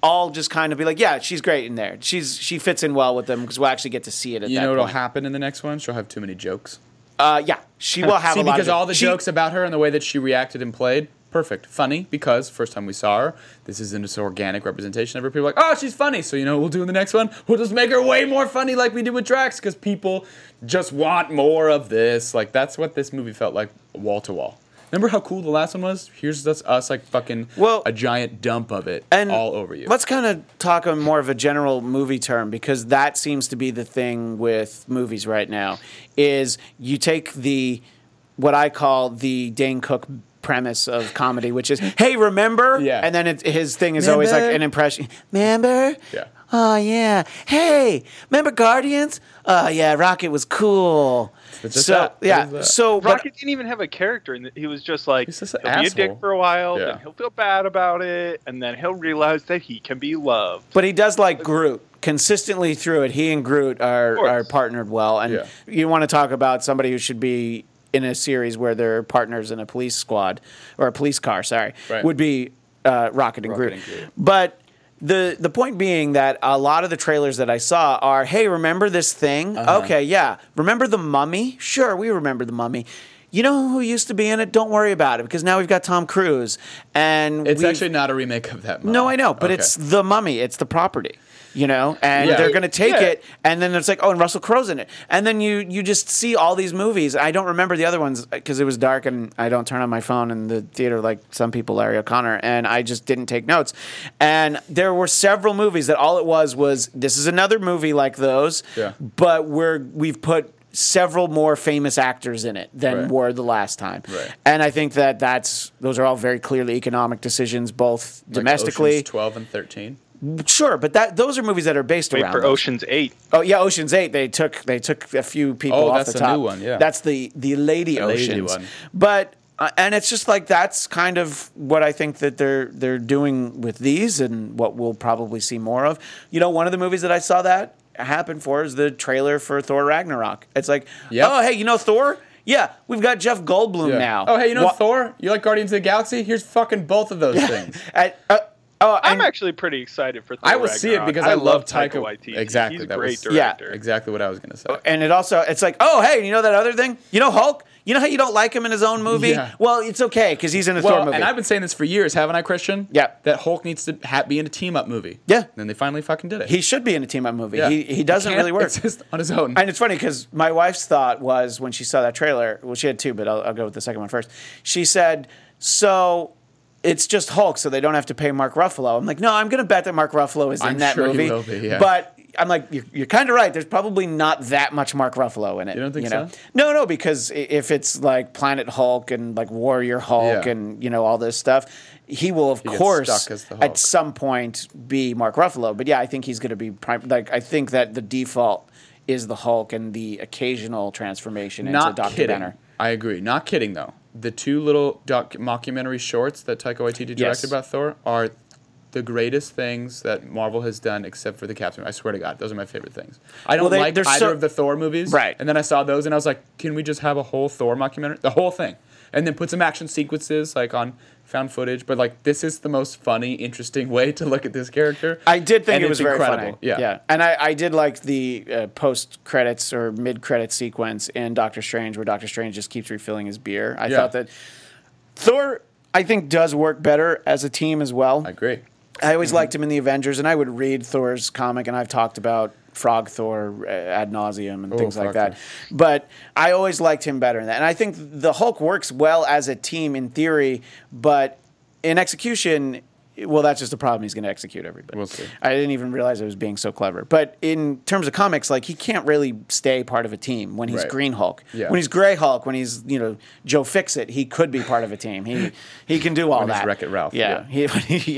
Speaker 1: all just kind of be like, yeah, she's great in there. She's she fits in well with them because we'll actually get to see it at
Speaker 4: You
Speaker 1: that
Speaker 4: know what'll
Speaker 1: point.
Speaker 4: happen in the next one? She'll have too many jokes.
Speaker 1: uh, yeah, she will have
Speaker 4: (laughs) See,
Speaker 1: a lot
Speaker 4: because
Speaker 1: of
Speaker 4: all the
Speaker 1: she-
Speaker 4: jokes about her and the way that she reacted and played, perfect. Funny because first time we saw her, this isn't just organic representation of her. People are like, oh, she's funny. So you know what we'll do in the next one? We'll just make her way more funny like we did with Drax because people just want more of this. Like that's what this movie felt like wall to wall. Remember how cool the last one was? Here's that's us like fucking
Speaker 1: Well-
Speaker 4: a giant dump of it
Speaker 1: and
Speaker 4: all over you.
Speaker 1: Let's kind of talk on more of a general movie term because that seems to be the thing with movies right now is you take the what I call the Dane Cook premise of comedy, which is hey, remember?
Speaker 4: Yeah.
Speaker 1: And then it, his thing is always like
Speaker 4: Remember?
Speaker 1: an impression. Remember?
Speaker 4: Yeah.
Speaker 1: Oh yeah. Hey, remember Guardians? Oh yeah, Rocket was cool.
Speaker 4: It's just
Speaker 1: so
Speaker 4: that. It
Speaker 1: yeah.
Speaker 4: is that.
Speaker 1: So but-
Speaker 3: Rocket didn't even have a character, and he was just like
Speaker 4: He's just
Speaker 3: he'll
Speaker 4: an
Speaker 3: be a
Speaker 4: asshole.
Speaker 3: dick for a while,
Speaker 4: Yeah.
Speaker 3: then he'll feel bad about it, and then he'll realize that he can be loved.
Speaker 1: But he does like Groot consistently through it. He and Groot are,
Speaker 3: course.
Speaker 1: are partnered well, and
Speaker 4: Yeah.
Speaker 1: you want to talk about somebody who should be in a series where they're partners in a police squad or a police car. Sorry,
Speaker 4: Right.
Speaker 1: would be uh, Rocket, and, Groot.
Speaker 4: and Groot.
Speaker 1: But the the point being that a lot of the trailers that I saw are, hey, remember this thing?
Speaker 4: Uh-huh.
Speaker 1: Okay, yeah. Remember the Mummy? Sure, we remember the Mummy. You know who used to be in it? Don't worry about it because now we've got Tom Cruise, and
Speaker 4: it's
Speaker 1: we've-
Speaker 4: actually not a remake of that.
Speaker 1: no,
Speaker 4: movie.
Speaker 1: I know, but
Speaker 4: Okay.
Speaker 1: it's the mummy. It's the property, you know, and
Speaker 4: Yeah.
Speaker 1: they're going to take
Speaker 3: Yeah.
Speaker 1: it, and then it's like, oh, and Russell Crowe's in it, and then you you just see all these movies. I don't remember the other ones because it was dark, and I don't turn on my phone in the theater like some people, Larry O'Connor, and I just didn't take notes. And there were several movies that all it was was this is another movie like those,
Speaker 4: Yeah.
Speaker 1: but we're we've put several more famous actors in it than
Speaker 4: Right.
Speaker 1: were the last time
Speaker 4: Right.
Speaker 1: and i think that that's those are all very clearly economic decisions both
Speaker 4: Like
Speaker 1: domestically.
Speaker 4: Ocean's Twelve and Thirteen.
Speaker 1: sure, but that those are movies that are based
Speaker 3: Wait
Speaker 1: around.
Speaker 3: for
Speaker 1: those.
Speaker 3: Ocean's Eight.
Speaker 1: Oh yeah, Ocean's Eight. They took they took a few people
Speaker 4: Oh,
Speaker 1: off
Speaker 4: that's
Speaker 1: the
Speaker 4: a new
Speaker 1: top.
Speaker 4: one, yeah.
Speaker 1: that's the the Lady
Speaker 4: The Lady
Speaker 1: Oceans.
Speaker 4: one.
Speaker 1: But uh, and it's just like that's kind of what I think that they're they're doing with these and what we'll probably see more of. You know, one of the movies that I saw that happen for is the trailer for Thor Ragnarok. It's like,
Speaker 4: Yep.
Speaker 1: oh hey, you know Thor? Yeah, we've got Jeff Goldblum
Speaker 4: Yeah.
Speaker 1: now.
Speaker 4: Oh, hey, you know
Speaker 1: Wha-
Speaker 4: Thor? You like Guardians of the Galaxy? Here's fucking both of those things.
Speaker 1: (laughs) At- uh, oh,
Speaker 3: I'm
Speaker 1: and-
Speaker 3: actually pretty excited for. Thor
Speaker 4: I will see it
Speaker 3: Ragnarok.
Speaker 4: because I, love
Speaker 3: Taika
Speaker 4: Taika.
Speaker 3: Waititi.
Speaker 4: Exactly,
Speaker 3: he's a
Speaker 4: that
Speaker 3: great
Speaker 4: was
Speaker 1: Yeah.
Speaker 3: director.
Speaker 4: exactly what I was gonna say.
Speaker 1: and it also it's like oh hey you know that other thing you know hulk you know how you don't like him in his own movie
Speaker 4: Yeah.
Speaker 1: well it's okay because he's in a thor
Speaker 4: well,
Speaker 1: movie
Speaker 4: and I've been saying this for years, haven't I, Christian?
Speaker 1: Yeah.
Speaker 4: That Hulk needs to ha- be in a team up movie.
Speaker 1: Yeah.
Speaker 4: And then they finally fucking did it.
Speaker 1: he should be in a team up movie
Speaker 4: Yeah.
Speaker 1: he, he doesn't
Speaker 4: can't
Speaker 1: really work
Speaker 4: exist on his own.
Speaker 1: and it's funny because my wife's thought was when she saw that trailer well she had two but I'll, I'll go with the second one first she said so it's just hulk so they don't have to pay mark ruffalo i'm like no i'm gonna bet that mark ruffalo is in
Speaker 4: I'm
Speaker 1: that
Speaker 4: sure he
Speaker 1: movie
Speaker 4: will be, yeah.
Speaker 1: but i'm like you're, you're kind of right there's probably not that much mark ruffalo in it you
Speaker 4: don't think
Speaker 1: know?
Speaker 4: so?
Speaker 1: No, no, because i- if it's like Planet Hulk and like Warrior Hulk
Speaker 4: Yeah.
Speaker 1: and you know all this stuff, he will of
Speaker 4: gets
Speaker 1: course
Speaker 4: stuck as the
Speaker 1: at
Speaker 4: Hulk.
Speaker 1: some point be Mark Ruffalo. But yeah, I think he's going to be prime. Like I think that the default is the Hulk and the occasional transformation
Speaker 4: Not
Speaker 1: into Doctor
Speaker 4: kidding.
Speaker 1: Banner.
Speaker 4: I agree. Not kidding though. The two little doc- mockumentary shorts that Taika Waititi directed
Speaker 1: Yes.
Speaker 4: about Thor are the greatest things that Marvel has done, except for the Captain. I swear to God, those are my favorite things. I don't
Speaker 1: Well, they-
Speaker 4: like
Speaker 1: they're
Speaker 4: either
Speaker 1: so-
Speaker 4: of the Thor movies.
Speaker 1: Right.
Speaker 4: And then I saw those, and I was like, can we just have a whole Thor mockumentary, the whole thing, and then put some action sequences like on found footage? But like, this is the most funny, interesting way to look at this character.
Speaker 1: I did think
Speaker 4: And
Speaker 1: it
Speaker 4: it's
Speaker 1: was very funny.
Speaker 4: incredible. Yeah.
Speaker 1: yeah, and I, I did like the uh, post credits or mid credit sequence in Doctor Strange, where Doctor Strange just keeps refilling his beer. I
Speaker 4: Yeah.
Speaker 1: thought that Thor, I think, does work better as a team as well.
Speaker 4: I agree.
Speaker 1: I
Speaker 4: Mm-hmm.
Speaker 1: always liked him in the Avengers, and I would read Thor's comic, and I've talked about Frog Thor uh, ad nauseum and things like
Speaker 4: Oh, Frog
Speaker 1: that.
Speaker 4: Thor.
Speaker 1: But I always liked him better than that, and I think the Hulk works well as a team in theory, but in execution. Well, that's just the problem. He's going to execute everybody.
Speaker 4: We'll see.
Speaker 1: I didn't even realize I was being so clever. But in terms of comics, like he can't really stay part of a team when he's
Speaker 4: Right.
Speaker 1: Green Hulk.
Speaker 4: Yeah.
Speaker 1: When he's Gray Hulk, when he's, you know, Joe Fixit, he could be part of a team. He he can do all
Speaker 4: When he's
Speaker 1: that.
Speaker 4: Wreck-It Ralph,
Speaker 1: Yeah. (laughs) He,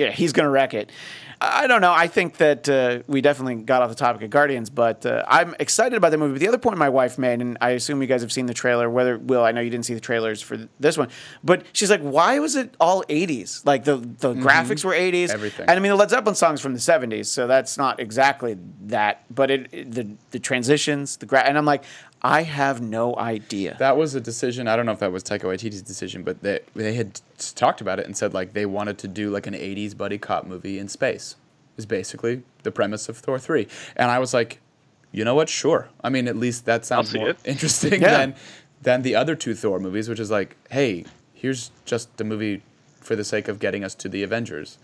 Speaker 1: yeah, he's going to wreck it. I I don't know. I think that uh, we definitely got off the topic of Guardians, but uh, I'm excited about the movie. But the other point my wife made, and I assume you guys have seen the trailer. Whether Will, I know you didn't see the trailers for th- this one, but she's like, "Why was it all '80s? Like the the graphics were '80s,
Speaker 4: Mm-hmm. Everything.
Speaker 1: And I mean, the Led Zeppelin song's from the '70s, so that's not exactly that. But it, it- the the transitions, the gra- and I'm like, I have no idea.
Speaker 4: That was a decision. I don't know if that was Taika Waititi's decision, but they they had s- talked about it and said like they wanted to do like an '80s buddy cop movie in space. Is basically the premise of Thor three, and I was like, you know what? Sure. I mean, at least that sounds
Speaker 3: see
Speaker 4: more
Speaker 3: it.
Speaker 4: interesting
Speaker 1: Yeah.
Speaker 4: than than the other two Thor movies, which is like, hey, here's just the movie for the sake of getting us to the Avengers.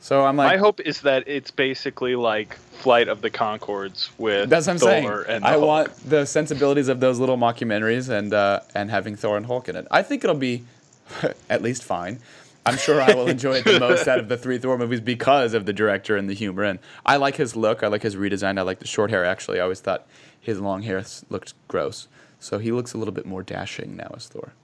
Speaker 4: So I'm like,
Speaker 3: My hope is that it's basically like Flight of the Concords with
Speaker 4: That's what I'm
Speaker 3: Thor
Speaker 4: saying.
Speaker 3: and the
Speaker 4: I
Speaker 3: Hulk.
Speaker 4: want the sensibilities of those little mockumentaries and uh, and having Thor and Hulk in it. I think it'll be (laughs) at least fine. I'm sure I will enjoy it the most out of the three Thor movies because of the director and the humor. And I like his look. I like his redesign. I like the short hair. Actually, I always thought his long hair s- looked gross. So he looks a little bit more dashing now as Thor,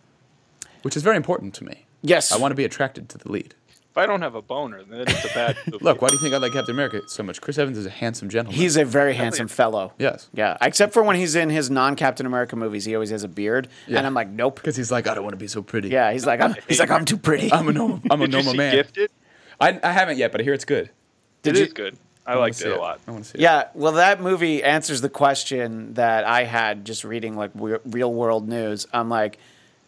Speaker 4: which is very important to me.
Speaker 1: Yes,
Speaker 4: I want to be attracted to the lead.
Speaker 3: If I don't have a boner, then it's a
Speaker 4: (laughs)
Speaker 3: bad movie.
Speaker 4: Look, why do you think I like Captain America so much? Chris Evans is a handsome gentleman.
Speaker 1: He's a very handsome fellow.
Speaker 4: Yes.
Speaker 1: Yeah. Except for when he's in his non Captain America movies, he always has a beard. And I'm like, nope.
Speaker 4: because he's like, "Oh, I don't want to be so pretty.
Speaker 1: Yeah. He's like, I'm, he's like, I'm too pretty.
Speaker 4: (laughs) I'm a normal, I'm a
Speaker 3: Did you
Speaker 4: normal
Speaker 3: see
Speaker 4: man.
Speaker 3: Gifted?
Speaker 4: I, I haven't yet, but I hear it's good.
Speaker 1: Did
Speaker 3: It
Speaker 1: you-
Speaker 3: is good. I
Speaker 4: I wanna
Speaker 3: liked
Speaker 4: see
Speaker 3: it a lot.
Speaker 4: I want to see it.
Speaker 1: yeah. Well, that movie answers the question that I had just reading like we- real world news. I'm like,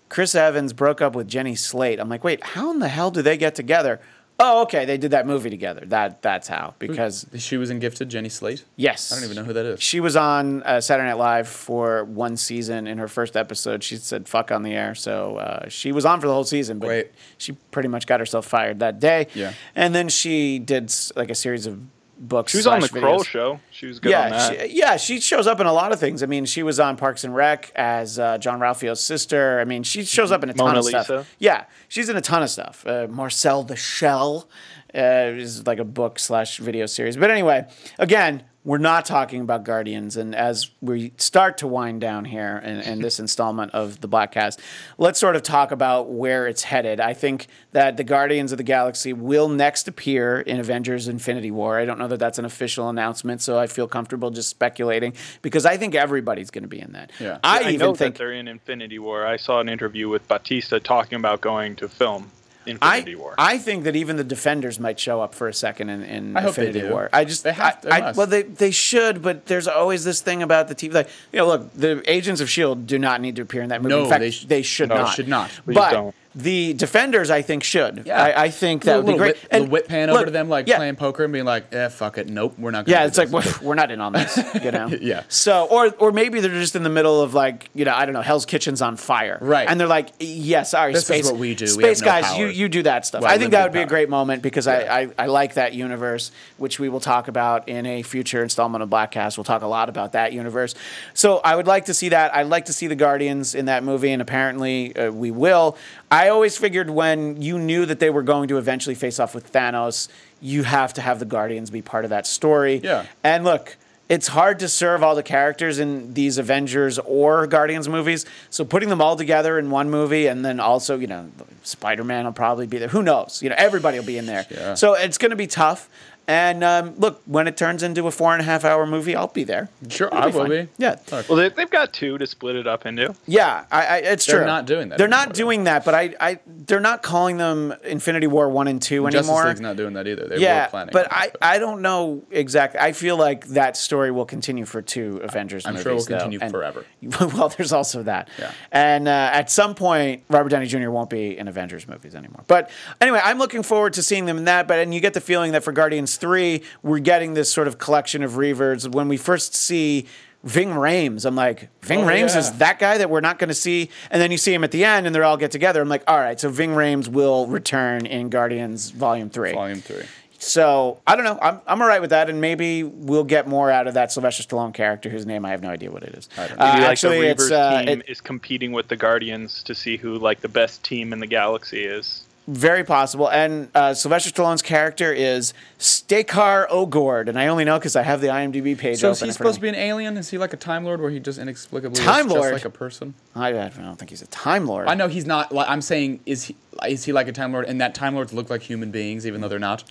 Speaker 1: Chris Evans broke up with Jenny Slate. I'm like, wait, how in the hell do they get together? Oh, okay. They did that movie together. That that's how because
Speaker 4: She was in Gifted, Jenny Slate.
Speaker 1: Yes.
Speaker 4: I don't even know who that is.
Speaker 1: She was on uh, Saturday Night Live for one season. In her first episode, she said "fuck" on the air, so uh, she was on for the whole season. But
Speaker 4: Wait.
Speaker 1: she pretty much got herself fired that day.
Speaker 4: Yeah.
Speaker 1: And then she did s- like a series of books.
Speaker 3: She was on the
Speaker 1: slash
Speaker 3: Kroll
Speaker 1: videos.
Speaker 3: show. She was good
Speaker 1: Yeah,
Speaker 3: on that.
Speaker 1: she, yeah, she shows up in a lot of things. I mean, she was on Parks and Rec as uh, John Ralphio's sister. I mean, she shows up in a ton
Speaker 3: Mona
Speaker 1: of
Speaker 3: Lisa?
Speaker 1: stuff. Yeah, she's in a ton of stuff. Uh, Marcel the Shell uh, is like a book slash video series. But anyway, again, we're not talking about Guardians. And as we start to wind down here in, in
Speaker 3: (laughs)
Speaker 1: this installment of the Blackcast, let's sort of talk about where it's headed. I think that the Guardians of the Galaxy will next appear in Avengers Infinity War. I don't know that that's an official announcement, so I feel comfortable just speculating because I think everybody's going to be in that.
Speaker 4: Yeah.
Speaker 1: I,
Speaker 3: I
Speaker 1: even
Speaker 3: know
Speaker 1: think
Speaker 3: that they're in Infinity War. I saw an interview with Batista talking about going to film Infinity
Speaker 1: I,
Speaker 3: War.
Speaker 1: I think that even the defenders might show up for a second in, in
Speaker 4: I hope they
Speaker 1: Infinity
Speaker 4: do.
Speaker 1: War. I just
Speaker 4: They have
Speaker 1: I-
Speaker 4: to, they
Speaker 1: I-
Speaker 4: must.
Speaker 1: well, they they should, but there's always this thing about the TV. Like, you know, look, the Agents of Shield E do not need to appear in that movie.
Speaker 4: No,
Speaker 1: in fact,
Speaker 4: they
Speaker 1: they,
Speaker 4: sh-
Speaker 1: should
Speaker 4: no,
Speaker 1: not.
Speaker 4: should not.
Speaker 3: Please
Speaker 1: but
Speaker 3: don't.
Speaker 1: the defenders, I think, should.
Speaker 4: Yeah.
Speaker 1: I, I think that
Speaker 4: Little-
Speaker 1: would be
Speaker 4: little
Speaker 1: great.
Speaker 4: Whip, little whip pan over to them, like
Speaker 1: yeah,
Speaker 4: playing poker and being like, eh, fuck it. Nope, we're not going to
Speaker 1: Yeah, it's like we're, we're not in on this, you know.
Speaker 4: (laughs) Yeah.
Speaker 1: So, or or maybe they're just in the middle of like, you know, I don't know, Hell's Kitchen's on fire,
Speaker 4: Right.
Speaker 1: And they're like, yeah, sorry,
Speaker 4: This is
Speaker 1: space,
Speaker 4: what we do. We
Speaker 1: Space
Speaker 4: have no
Speaker 1: guys, you
Speaker 4: powers."
Speaker 1: you do that stuff.
Speaker 4: Well,
Speaker 1: I think that
Speaker 4: limited
Speaker 1: would be a
Speaker 4: power.
Speaker 1: great moment because I, I I like that universe, which we will talk about in a future installment of Blackcast. We'll talk a lot about that universe. So I would like to see that. I'd like to see the Guardians in that movie, and apparently uh, we will. I always figured when you knew that they were going to eventually face off with Thanos. You have to have the Guardians be part of that story.
Speaker 4: Yeah.
Speaker 1: And look, it's hard to serve all the characters in these Avengers or Guardians movies. So putting them all together in one movie, and then also, you know, Spider Man will probably be there. Who knows? You know, everybody will be in there.
Speaker 4: Yeah.
Speaker 1: So it's going to be tough. And um, look, when it turns into a four and a half hour movie, I'll be there.
Speaker 4: Sure,
Speaker 1: It'll
Speaker 4: I will
Speaker 1: fine.
Speaker 4: be.
Speaker 1: Yeah,
Speaker 3: Well, they, they've got two to split it up into.
Speaker 1: yeah. I, I, it's
Speaker 4: They're
Speaker 1: true.
Speaker 4: not doing that
Speaker 1: They're not
Speaker 4: anymore, though.
Speaker 1: doing that. But I, I, they're not calling them Infinity War one and two
Speaker 4: Justice
Speaker 1: anymore.
Speaker 4: League's not doing that either. They
Speaker 1: yeah,
Speaker 4: were planning.
Speaker 1: but
Speaker 4: on
Speaker 1: I,
Speaker 4: it,
Speaker 1: I don't know exactly. I feel like that story will continue for two Avengers.
Speaker 4: I'm
Speaker 1: movies,
Speaker 4: sure it will
Speaker 1: though,
Speaker 4: continue
Speaker 1: and-
Speaker 4: forever.
Speaker 1: (laughs) well, there's also that.
Speaker 4: Yeah.
Speaker 1: And uh, at some point, Robert Downey Jr. won't be in Avengers movies anymore. But anyway, I'm looking forward to seeing them in that. But and you get the feeling that for Guardians Three, we're getting this sort of collection of reverts. When we first see. Ving Rhames. I'm like, Ving Rhames
Speaker 4: Oh, yeah.
Speaker 1: is that guy that we're not going to see. And then you see him at the end and they are all get together. I'm like, all right, so Ving Rhames will return in Guardians Volume 3.
Speaker 4: Volume three.
Speaker 1: So I don't know. I'm, I'm all right with that, and maybe we'll get more out of that Sylvester Stallone character, whose name I have no idea what it is. Uh,
Speaker 3: Maybe, like,
Speaker 1: actually,
Speaker 3: the
Speaker 1: it's
Speaker 3: Reavers
Speaker 1: uh,
Speaker 3: team
Speaker 1: it-
Speaker 3: is competing with the Guardians to see who like the best team in the galaxy is.
Speaker 1: very possible. And uh, Sylvester Stallone's character is Stakar Ogord, and I only know because I have the IMDb page.
Speaker 4: So
Speaker 1: open
Speaker 4: is he
Speaker 1: in front
Speaker 4: supposed
Speaker 1: of
Speaker 4: to
Speaker 1: me.
Speaker 4: be an alien? Is he like a time lord where he just inexplicably is
Speaker 1: Time
Speaker 4: just
Speaker 1: Lord?
Speaker 4: like a person?
Speaker 1: I, I don't think he's a Time Lord.
Speaker 4: I know he's not. Like, I'm saying, is he is he like a time lord? And that time lords look like human beings, even though they're not.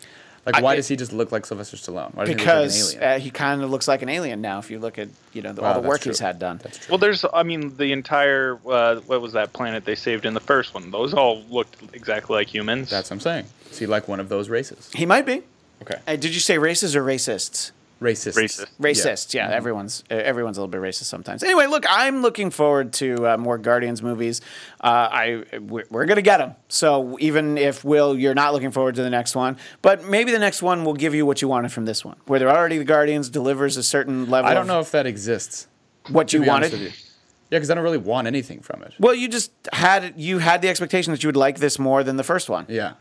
Speaker 4: Like, why does he just look like Sylvester Stallone? Why does
Speaker 1: because
Speaker 4: he look like an alien?
Speaker 1: uh, he kind of looks like an alien now. If you look at you know the,
Speaker 4: Wow,
Speaker 1: all the
Speaker 4: that's
Speaker 1: work
Speaker 4: true.
Speaker 1: he's had done.
Speaker 4: That's true.
Speaker 3: Well, there's I mean the entire uh, what was that planet they saved in the first one? Those all looked exactly like humans.
Speaker 4: That's what I'm saying. Is he like one of those races?
Speaker 1: He might be.
Speaker 4: Okay.
Speaker 1: Uh, did you say races or racists?
Speaker 4: Racist.
Speaker 3: Racist.
Speaker 1: Racists,
Speaker 4: Mm-hmm.
Speaker 1: yeah. Everyone's uh, everyone's a little bit racist sometimes. Anyway, look, I'm looking forward to uh, more Guardians movies. Uh, I we're, we're gonna get them. So even if Will, you're not looking forward to the next one, but maybe the next one will give you what you wanted from this one, where they're already the Guardians delivers a certain level.
Speaker 4: I don't
Speaker 1: of
Speaker 4: know if that exists.
Speaker 1: what
Speaker 4: to
Speaker 1: you
Speaker 4: be honest
Speaker 1: wanted.
Speaker 4: with you. Yeah, because I don't really want anything from it.
Speaker 1: Well, you just had you had the expectation that you would like this more than the first one.
Speaker 4: Yeah,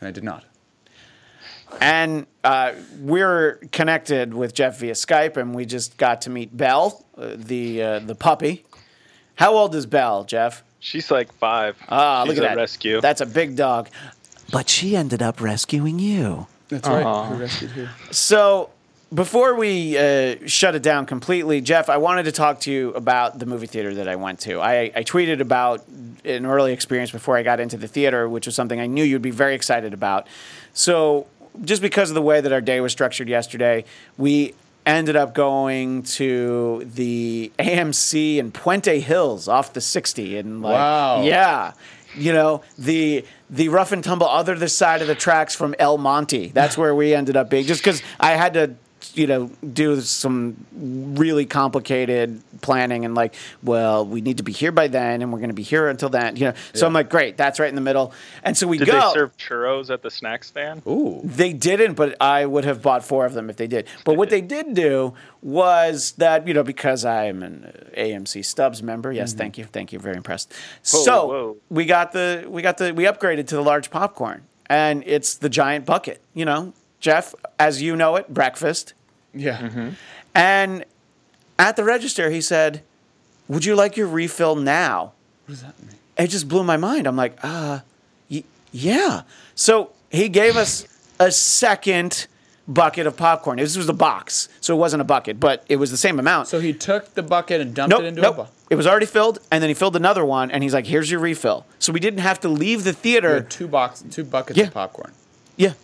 Speaker 4: and I did not.
Speaker 1: And uh, we're connected with Jeff via Skype, and we just got to meet Belle, uh, the uh, the puppy. How old is Belle, Jeff?
Speaker 3: She's like five.
Speaker 1: Ah,
Speaker 3: She's
Speaker 1: look at
Speaker 3: a
Speaker 1: that
Speaker 3: rescue.
Speaker 1: That's a big dog. But she ended up rescuing you.
Speaker 4: That's right. Who rescued who?
Speaker 1: So before we uh, shut it down completely, Jeff, I wanted to talk to you about the movie theater that I went to. I, I tweeted about an early experience before I got into the theater, which was something I knew you'd be very excited about. So just because of the way that our day was structured yesterday, we ended up going to the AMC in Puente Hills off the 60 and like
Speaker 4: Wow.
Speaker 1: yeah yeah. You know, the the rough and tumble other side of the tracks from El Monte. That's where we ended up being. Just because I had to, you know, do some really complicated planning and like, well, we need to be here by then and we're going to be here until then, you know. So I'm like, great, that's right in the middle. And so we
Speaker 3: Did
Speaker 1: go.
Speaker 3: they serve churros at the snack stand?
Speaker 4: Ooh.
Speaker 1: They didn't, but I would have bought four of them if they did. But what they did do was that you know because I'm an AMC Stubbs member. Yes, thank you, thank you, very impressed. so
Speaker 3: Mm-hmm. whoa.
Speaker 1: we got the we got the we upgraded to the large popcorn, and it's the giant bucket. You know, Jeff, as you know it, breakfast.
Speaker 4: Yeah.
Speaker 1: And at the register, he said, "Would you like your refill now?"
Speaker 4: What does that mean?
Speaker 1: it just blew my mind. I'm like, uh, y- yeah. So he gave us a second bucket of popcorn. This was a box, so it wasn't a bucket, but it was the same amount.
Speaker 4: So he took the bucket and dumped
Speaker 1: nope,
Speaker 4: it into
Speaker 1: nope.
Speaker 4: a bucket.
Speaker 1: It was already filled, and then he filled another one, and he's like, "Here's your refill." So we didn't have to leave the theater.
Speaker 4: Two box, two buckets
Speaker 1: Yeah.
Speaker 4: of popcorn.
Speaker 1: Yeah.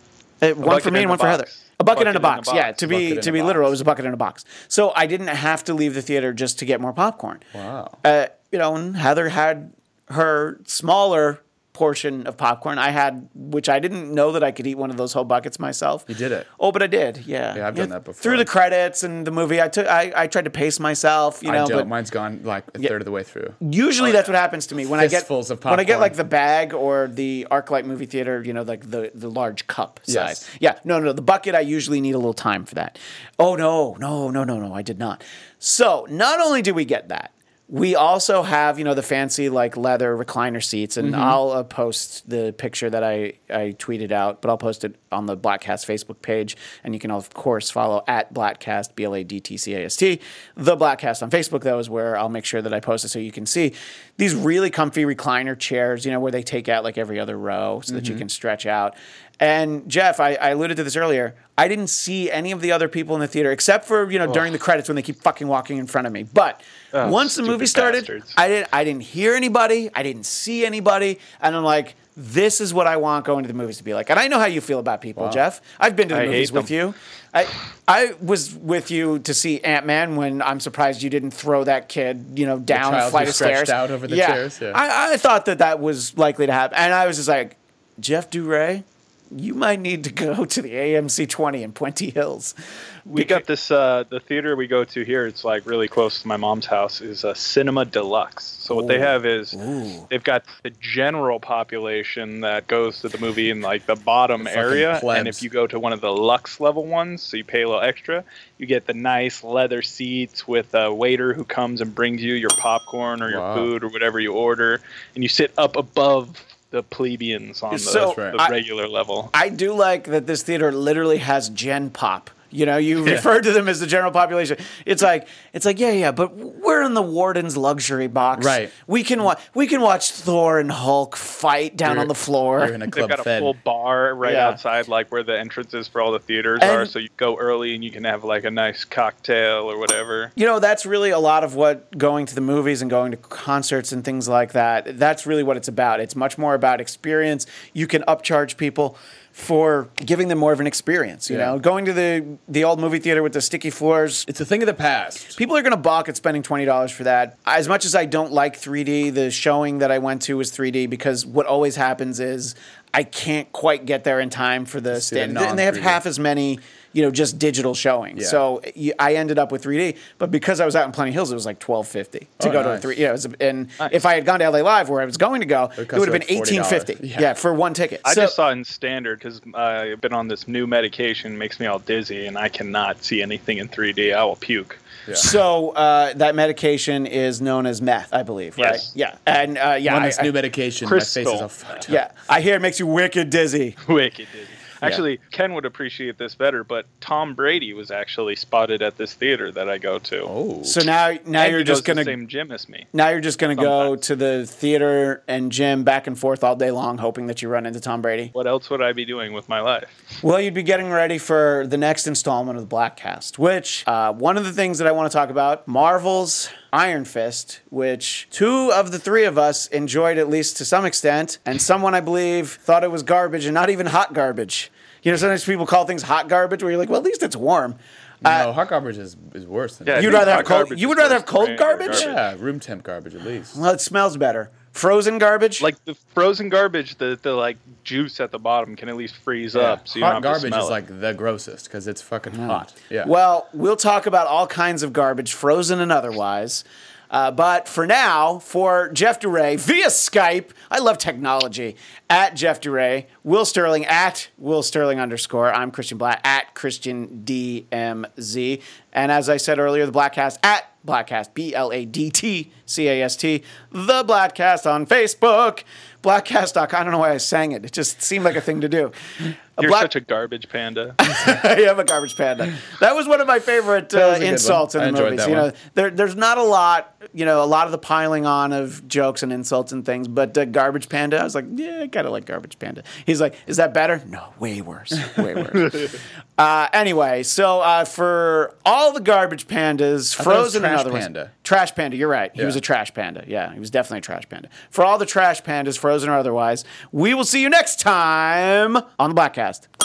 Speaker 1: Uh, one
Speaker 3: bucket
Speaker 1: for me
Speaker 3: and
Speaker 1: and
Speaker 3: a
Speaker 1: one for
Speaker 3: box.
Speaker 1: Heather. A bucket, and a box. Yeah, to
Speaker 4: Bucket
Speaker 1: be
Speaker 4: and
Speaker 1: to
Speaker 4: a
Speaker 1: be literal,
Speaker 4: box.
Speaker 1: it was a bucket and a box. So I didn't have to leave the theater just to get more popcorn.
Speaker 4: Wow.
Speaker 1: Uh, you know, and Heather had her smaller portion of popcorn. I had, which I didn't know that I could eat one of those whole buckets myself. You
Speaker 4: did it.
Speaker 1: Oh, but I did. Yeah.
Speaker 4: Yeah, I've done that before.
Speaker 1: Through the credits and the movie, I took. I, I tried to pace myself. You know,
Speaker 4: I don't.
Speaker 1: but
Speaker 4: Mine's gone like a third of the
Speaker 3: (laughs)
Speaker 4: way through.
Speaker 1: Usually that's what happens to me when I get
Speaker 4: Fistfuls of
Speaker 1: when I get
Speaker 4: popcorn.
Speaker 1: like the bag or the ArcLight movie theater, you know, like the the large cup
Speaker 4: Yes.
Speaker 1: size. Yeah, no, no, the bucket. I usually need a little time for that. Oh no, no, no, no, no, I did not. So not only do we get that, we also have you know the fancy like leather recliner seats, and I'll uh, post the picture that I I tweeted out, but I'll post it on the Blackcast Facebook page, and you can of course follow at Blackcast B L A D T C A S T the Blackcast on Facebook. That was where I'll make sure that I post it so you can see these really comfy recliner chairs, you know, where they take out like every other row so that you can stretch out. And Jeff, I, I alluded to this earlier. I didn't see any of the other people in the theater except for you know during the credits when they keep fucking walking in front of me. But
Speaker 4: Oh,
Speaker 1: once the
Speaker 3: stupid
Speaker 1: movie started,
Speaker 3: bastards.
Speaker 1: I didn't I didn't hear anybody, I didn't see anybody, and I'm like, this is what I want going to the movies to be like. And I know how you feel about people, Jeff. I've been to the
Speaker 3: I hate
Speaker 1: movies with
Speaker 3: them.
Speaker 1: you. I I was with you to see Ant Man when I'm surprised you didn't throw that kid you know down a
Speaker 4: child
Speaker 1: flight
Speaker 4: who
Speaker 1: of stairs
Speaker 4: stretched out over the chairs, yeah.
Speaker 1: I, I thought that that was likely to happen, and I was just like, Jeff Duray. You might need to go (laughs) to the AMC 20 in Puente Hills.
Speaker 3: We got this. Uh, the theater we go to here, it's like really close to my mom's house, is a cinema deluxe. So what they have is they've got the general population that goes to the movie in like the bottom area, and
Speaker 4: plebs.
Speaker 3: if you go to one of the luxe level ones, so you pay a little extra, you get the nice leather seats with a waiter who comes and brings you your popcorn or your
Speaker 4: Wow.
Speaker 3: food or whatever you order, and you sit up above the plebeians on the,
Speaker 1: So, That's
Speaker 4: right.
Speaker 3: the
Speaker 1: I-
Speaker 3: regular level.
Speaker 1: I do like that this theater literally has Gen Pop. You know, you refer to them as the general population. It's like it's like yeah, yeah, but we're in the Warden's luxury box.
Speaker 4: Right.
Speaker 1: We can watch we can watch Thor and Hulk fight down
Speaker 4: You're-
Speaker 1: on the floor.
Speaker 4: You're in a
Speaker 3: They've
Speaker 4: club
Speaker 3: got a
Speaker 4: fed.
Speaker 3: full bar right
Speaker 1: Yeah.
Speaker 3: outside, like where the entrances for all the theaters
Speaker 1: And-
Speaker 3: are. So you go early and you can have like a nice cocktail or whatever.
Speaker 1: you know that's really a lot of what going to the movies and going to concerts and things like that that's really what it's about it's much more about experience you can upcharge people for giving them more of an experience you
Speaker 4: Yeah.
Speaker 1: know going to the the old movie theater with the sticky floors
Speaker 4: It's a thing of the past.
Speaker 1: People are going to balk at spending $20 for that. As much as I don't like 3D, the showing that I went to was 3D because what always happens is I can't quite get there in time for the
Speaker 4: see the
Speaker 1: stand. And they have
Speaker 4: non-3D.
Speaker 1: half as many, you know, just digital showings.
Speaker 4: Yeah.
Speaker 1: So you- I ended up with 3D, but because I was out in Plenty Hills, it was like 12.50 to
Speaker 4: Oh,
Speaker 1: go to a
Speaker 4: nice.
Speaker 1: 3 Yeah, it was, and if I had gone to LA Live where I was going to go, it,
Speaker 4: cost
Speaker 1: would have
Speaker 4: you
Speaker 1: been
Speaker 4: like $40.
Speaker 1: 18.50. Yeah. for one ticket.
Speaker 3: I
Speaker 1: So-
Speaker 3: just saw it in standard because I've been on this new medication, makes me all dizzy, and I cannot see anything in 3D. I will puke. (laughs)
Speaker 1: So uh, that medication is known as meth, I believe, right?
Speaker 3: Yes.
Speaker 1: Yeah, and uh, yeah,
Speaker 4: On
Speaker 1: I-
Speaker 4: this
Speaker 1: I-
Speaker 4: new medication, my face is
Speaker 3: Crystal.
Speaker 4: all fucked up.
Speaker 1: Yeah, I hear it makes you wicked dizzy.
Speaker 3: Wicked dizzy. Actually, Ken would appreciate this better, but Tom Brady was actually spotted at this theater that I go to.
Speaker 4: Oh.
Speaker 1: So now, now
Speaker 3: And he
Speaker 1: you're just
Speaker 3: goes
Speaker 1: gonna,
Speaker 3: to the same gym as me.
Speaker 1: now you're just gonna go
Speaker 3: Sometimes.
Speaker 1: to the theater and gym back and forth all day long, hoping that you run into Tom Brady.
Speaker 3: What else would I be doing with my life?
Speaker 1: Well, you'd be getting ready for the next installment of the Blackcast, which uh, one of the things that I want to talk about, Marvel's Iron Fist, which two of the three of us enjoyed at least to some extent, and someone I believe thought it was garbage and not even hot garbage. You know, sometimes people call things hot garbage, where you're like, well, at least it's warm. Uh,
Speaker 4: no, hot garbage is, is worse than
Speaker 3: Yeah,
Speaker 1: You'd
Speaker 3: dude,
Speaker 1: rather have
Speaker 3: hot
Speaker 1: cold-
Speaker 3: garbage
Speaker 1: you
Speaker 3: is
Speaker 1: would rather
Speaker 3: worse
Speaker 1: have cold
Speaker 3: than
Speaker 1: garbage?
Speaker 4: Yeah, room temp garbage at least.
Speaker 1: Well, it smells better. Frozen garbage,
Speaker 3: like the frozen garbage, the, the like juice at the bottom can at least freeze up. So you
Speaker 4: hot
Speaker 3: don't have to
Speaker 4: garbage
Speaker 3: smell
Speaker 4: is
Speaker 3: it.
Speaker 4: like the grossest because it's fucking hot. Yeah.
Speaker 1: Well, we'll talk about all kinds of garbage, frozen and otherwise. Uh, but for now, for Jeff Duray via Skype, I love technology. At Jeff Duray, Will Sterling at Will Sterling underscore. I'm Christian Black at Christian DMZ. And as I said earlier, the Blackcast at Blackcast B L A D T C A S T. The Blackcast on Facebook. Blackcast.com. I don't know why I sang it. It just seemed like a thing to do.
Speaker 3: You're
Speaker 1: Black-
Speaker 3: such a garbage panda.
Speaker 1: (laughs) I am a garbage panda. That was one of my favorite
Speaker 4: was
Speaker 1: uh,
Speaker 4: a good
Speaker 1: insults
Speaker 4: one.
Speaker 1: in the
Speaker 4: I enjoyed
Speaker 1: movies.
Speaker 4: that
Speaker 1: You know,
Speaker 4: one.
Speaker 1: there, there's not a lot. You know, a lot of the piling on of jokes and insults and things. But uh, garbage panda, I was like, yeah, I kind of like garbage panda. He's like, is that better? No, way worse. Way
Speaker 4: (laughs)
Speaker 1: worse. uh, anyway, so uh, for all the garbage pandas,
Speaker 4: thought it was
Speaker 1: Frozen and
Speaker 4: Trash
Speaker 1: other ones-
Speaker 4: Panda.
Speaker 1: Trash Panda, you're right. He
Speaker 4: Yeah.
Speaker 1: was a trash panda. Yeah, he was definitely a trash panda. For all the trash pandas, frozen or otherwise, we will see you next time on the Blackcast.